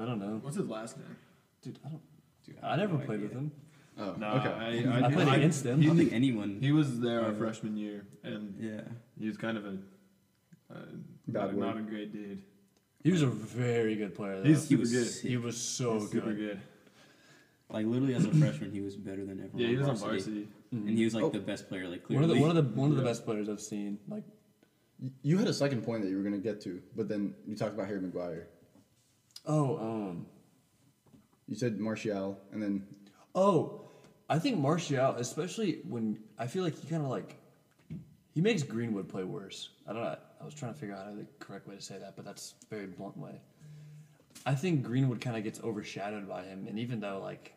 [SPEAKER 3] I don't know,
[SPEAKER 6] what's his last name?
[SPEAKER 3] dude. I don't.
[SPEAKER 2] Dude,
[SPEAKER 3] I never
[SPEAKER 2] have no
[SPEAKER 3] played
[SPEAKER 2] idea.
[SPEAKER 3] with him.
[SPEAKER 4] Oh,
[SPEAKER 6] No,
[SPEAKER 4] okay.
[SPEAKER 6] I, I,
[SPEAKER 3] I played against him.
[SPEAKER 2] I don't
[SPEAKER 6] He,
[SPEAKER 2] think anyone.
[SPEAKER 6] he was there our
[SPEAKER 2] Yeah.
[SPEAKER 6] freshman year, and
[SPEAKER 2] yeah,
[SPEAKER 6] he was kind of a uh,
[SPEAKER 4] Bad
[SPEAKER 6] not, not
[SPEAKER 4] word.
[SPEAKER 6] a great dude.
[SPEAKER 3] He was a very good player. Though.
[SPEAKER 6] He's
[SPEAKER 2] he
[SPEAKER 6] super
[SPEAKER 2] was
[SPEAKER 6] good.
[SPEAKER 2] sick.
[SPEAKER 3] he was so
[SPEAKER 6] He's super
[SPEAKER 3] Oh, good.
[SPEAKER 6] good.
[SPEAKER 2] like literally as a freshman, he was better than everyone.
[SPEAKER 6] Yeah, he was on varsity.
[SPEAKER 2] and he was like the best player. Like
[SPEAKER 3] One
[SPEAKER 2] clearly,
[SPEAKER 3] of the one of the one of the best players I've seen. Like
[SPEAKER 4] You had a second point that you were going to get to, but then you talked about Harry Maguire.
[SPEAKER 3] oh um
[SPEAKER 4] You said Martial, and then
[SPEAKER 3] oh, I think Martial, especially when I feel like he kind of like he makes Greenwood play worse. I don't know. I was trying to figure out how the correct way to say that, but that's a very blunt way. I think Greenwood kind of gets overshadowed by him, and even though like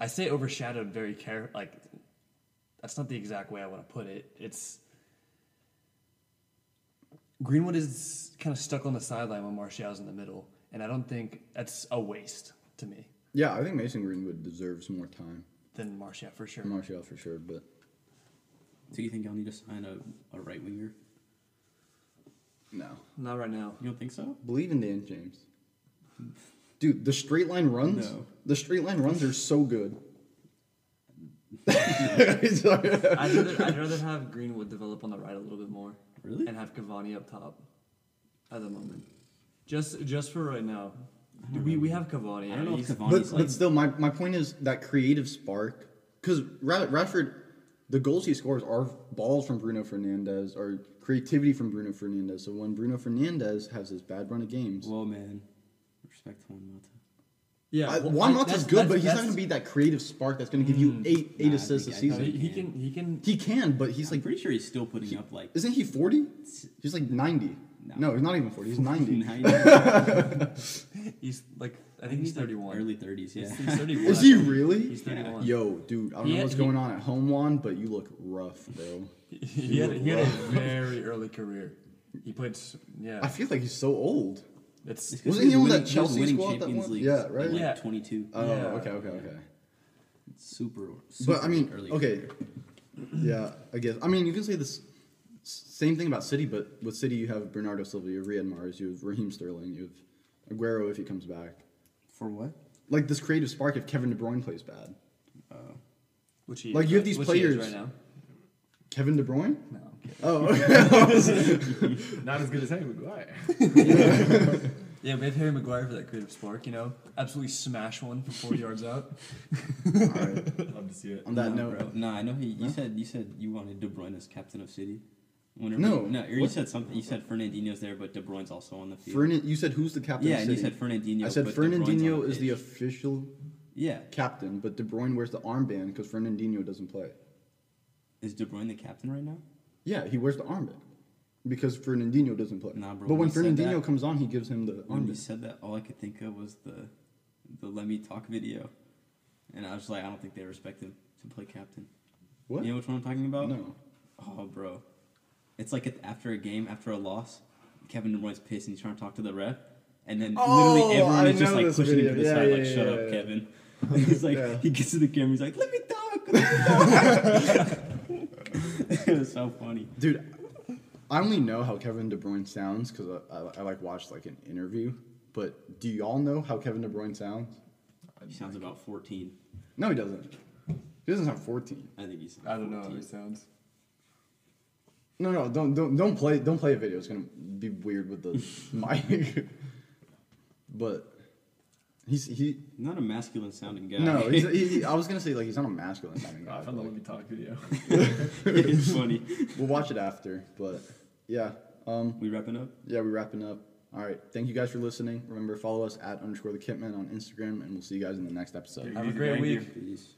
[SPEAKER 3] I say overshadowed very care like that's not the exact way I want to put it. It's Greenwood is kind of stuck on the sideline when Martial's in the middle, and I don't think that's a waste to me
[SPEAKER 4] yeah, I think Mason Greenwood deserves more time.
[SPEAKER 3] than Martial for sure.
[SPEAKER 4] Martial for sure, but
[SPEAKER 2] Do you think I'll need to sign a, a right winger?
[SPEAKER 4] no.
[SPEAKER 3] Not right now.
[SPEAKER 2] You don't think so?
[SPEAKER 4] Believe in Dan James, dude. The straight line runs.
[SPEAKER 2] No.
[SPEAKER 4] The straight line runs are so good.
[SPEAKER 3] I'd rather, I'd rather have Greenwood develop on the right a little bit more.
[SPEAKER 2] Really?
[SPEAKER 3] And have Cavani up top at the moment. Just just for right now. We, we have Cavani.
[SPEAKER 2] I don't know
[SPEAKER 3] He's-
[SPEAKER 2] if Cavani's
[SPEAKER 4] But,
[SPEAKER 2] like.
[SPEAKER 4] but still, my, my point is that creative spark. Because Rashford, the goals he scores are balls from Bruno Fernandez or creativity from Bruno Fernandez. So when Bruno Fernandez has his bad run of games,
[SPEAKER 2] Whoa, man. Respect Juan Mata.
[SPEAKER 3] yeah,
[SPEAKER 4] I-
[SPEAKER 3] well,
[SPEAKER 4] Juan
[SPEAKER 3] I-
[SPEAKER 4] Mata's
[SPEAKER 3] that's-
[SPEAKER 4] good,
[SPEAKER 3] that's-
[SPEAKER 4] but he's not
[SPEAKER 3] that's- Hmm.
[SPEAKER 4] going to be that creative spark that's going to give you eight eight
[SPEAKER 2] Nah, I
[SPEAKER 4] assists a
[SPEAKER 2] think- I think-
[SPEAKER 4] season.
[SPEAKER 3] He, he can he can
[SPEAKER 4] He can, but he's
[SPEAKER 2] I'm
[SPEAKER 4] like,
[SPEAKER 2] pretty sure he's still putting up like.
[SPEAKER 4] isn't he forty? He's like ninety.
[SPEAKER 2] No.
[SPEAKER 4] No, he's not even forty. He's ninety.
[SPEAKER 2] 90. I
[SPEAKER 3] he's like I think he's
[SPEAKER 2] like,
[SPEAKER 3] thirty one.
[SPEAKER 2] Early 30s, yeah.
[SPEAKER 3] He's thirty one.
[SPEAKER 4] Is he really?
[SPEAKER 3] He's thirty one.
[SPEAKER 4] Yo, dude, I don't
[SPEAKER 3] He
[SPEAKER 4] know
[SPEAKER 3] had-
[SPEAKER 4] what's
[SPEAKER 3] he-
[SPEAKER 4] going on at home, Juan, but you look rough, bro.
[SPEAKER 3] He had, he had a very early career. He played s-
[SPEAKER 4] I
[SPEAKER 3] yeah.
[SPEAKER 4] feel like he's so old.
[SPEAKER 3] It's
[SPEAKER 2] It's 'cause
[SPEAKER 4] Wasn't he
[SPEAKER 2] was
[SPEAKER 4] on that
[SPEAKER 2] winning- was
[SPEAKER 4] Chelsea
[SPEAKER 2] winning
[SPEAKER 4] squad that
[SPEAKER 2] Champions
[SPEAKER 4] won?
[SPEAKER 2] League
[SPEAKER 4] Yeah, right?
[SPEAKER 2] at, like,
[SPEAKER 3] Yeah.
[SPEAKER 2] 22.
[SPEAKER 4] Oh,
[SPEAKER 3] Yeah.
[SPEAKER 4] okay, okay, okay.
[SPEAKER 2] super, super.
[SPEAKER 4] But I mean,
[SPEAKER 2] early
[SPEAKER 4] okay,
[SPEAKER 2] career.
[SPEAKER 4] yeah, I guess. I mean, you can say this same thing about City, but with City you have Bernardo Silva, you have Riyad Mahrez, you have Raheem Sterling, you have Aguero if he comes back.
[SPEAKER 2] For what?
[SPEAKER 4] Like this creative spark if Kevin De Bruyne plays bad.
[SPEAKER 3] Which he
[SPEAKER 4] Like,
[SPEAKER 3] is
[SPEAKER 4] you have
[SPEAKER 3] right-
[SPEAKER 4] these
[SPEAKER 3] which he is
[SPEAKER 4] players-
[SPEAKER 3] right now.
[SPEAKER 4] Kevin De Bruyne?
[SPEAKER 3] No, I'm kidding.
[SPEAKER 4] Oh,
[SPEAKER 6] Not as good as Harry Maguire.
[SPEAKER 3] yeah, we have Harry Maguire for that creative spark. You know, absolutely smash one from four yards out.
[SPEAKER 4] all right.
[SPEAKER 6] Love to see it.
[SPEAKER 4] On that
[SPEAKER 2] no,
[SPEAKER 4] note,
[SPEAKER 2] bro. Nah, I know he, you said you said you wanted De Bruyne as captain of City. Whenever,
[SPEAKER 4] No,
[SPEAKER 2] no, or you
[SPEAKER 4] what-
[SPEAKER 2] said something. You said Fernandinho's there, but De Bruyne's also on the field.
[SPEAKER 4] Fernan- you said who's the captain?
[SPEAKER 2] yeah,
[SPEAKER 4] of
[SPEAKER 2] and you
[SPEAKER 4] City?
[SPEAKER 2] said Fernandinho.
[SPEAKER 4] I said
[SPEAKER 2] but De Bruyne's on
[SPEAKER 4] Fernandinho is the
[SPEAKER 2] pitch.
[SPEAKER 4] official
[SPEAKER 2] yeah.
[SPEAKER 4] captain, but De Bruyne wears the armband because Fernandinho doesn't play.
[SPEAKER 2] Is De Bruyne the captain right now?
[SPEAKER 4] Yeah, he wears the armband because Fernandinho doesn't play.
[SPEAKER 2] Nah, bro,
[SPEAKER 4] but
[SPEAKER 2] when
[SPEAKER 4] when
[SPEAKER 2] you said
[SPEAKER 4] Fernandinho
[SPEAKER 2] that-
[SPEAKER 4] comes on, he gives him the
[SPEAKER 2] When you
[SPEAKER 4] armband.
[SPEAKER 2] said that, all I could think of was the the Let Me Talk video, and I was like, I don't think they respect him to play captain.
[SPEAKER 4] What?
[SPEAKER 2] You know which one I'm talking about?
[SPEAKER 4] No.
[SPEAKER 2] Oh, bro. It's like at- after a game, after a loss, Kevin De Bruyne's pissed and he's trying to talk to the ref. And then
[SPEAKER 4] Oh,
[SPEAKER 2] literally everyone
[SPEAKER 4] I
[SPEAKER 2] is just
[SPEAKER 4] know
[SPEAKER 2] like
[SPEAKER 4] this
[SPEAKER 2] pushing him to
[SPEAKER 4] video.
[SPEAKER 2] the
[SPEAKER 4] Yeah,
[SPEAKER 2] side,
[SPEAKER 4] yeah,
[SPEAKER 2] like,
[SPEAKER 4] yeah,
[SPEAKER 2] shut
[SPEAKER 4] yeah,
[SPEAKER 2] up,
[SPEAKER 4] yeah.
[SPEAKER 2] Kevin. And he's like,
[SPEAKER 4] Yeah.
[SPEAKER 2] he gets to the camera, he's like, let me talk, let me talk. it was so funny.
[SPEAKER 4] Dude, I only know how Kevin De Bruyne sounds because I, I, I like watched like an interview. But do y'all know how Kevin De Bruyne sounds?
[SPEAKER 2] He sounds about 14.
[SPEAKER 4] No, he doesn't. He doesn't sound 14.
[SPEAKER 2] I think he's.
[SPEAKER 8] I don't know how he sounds.
[SPEAKER 4] No, no, don't don't don't play don't play a video. It's gonna be weird with the mic. but he's he
[SPEAKER 2] He's not a masculine sounding guy.
[SPEAKER 4] no. He's, he, he- I was gonna say like he's not a masculine sounding
[SPEAKER 6] I
[SPEAKER 4] guy.
[SPEAKER 6] found the
[SPEAKER 4] but,
[SPEAKER 6] Let Me Talk video.
[SPEAKER 2] it's funny.
[SPEAKER 4] like, we'll watch it after. But yeah, um,
[SPEAKER 2] We wrapping up?
[SPEAKER 4] yeah, we're wrapping up. All right, thank you guys for listening. Remember, follow us at underscore the Kitman on Instagram, and we'll see you guys in the next episode.
[SPEAKER 3] Have a great week.
[SPEAKER 2] Peace.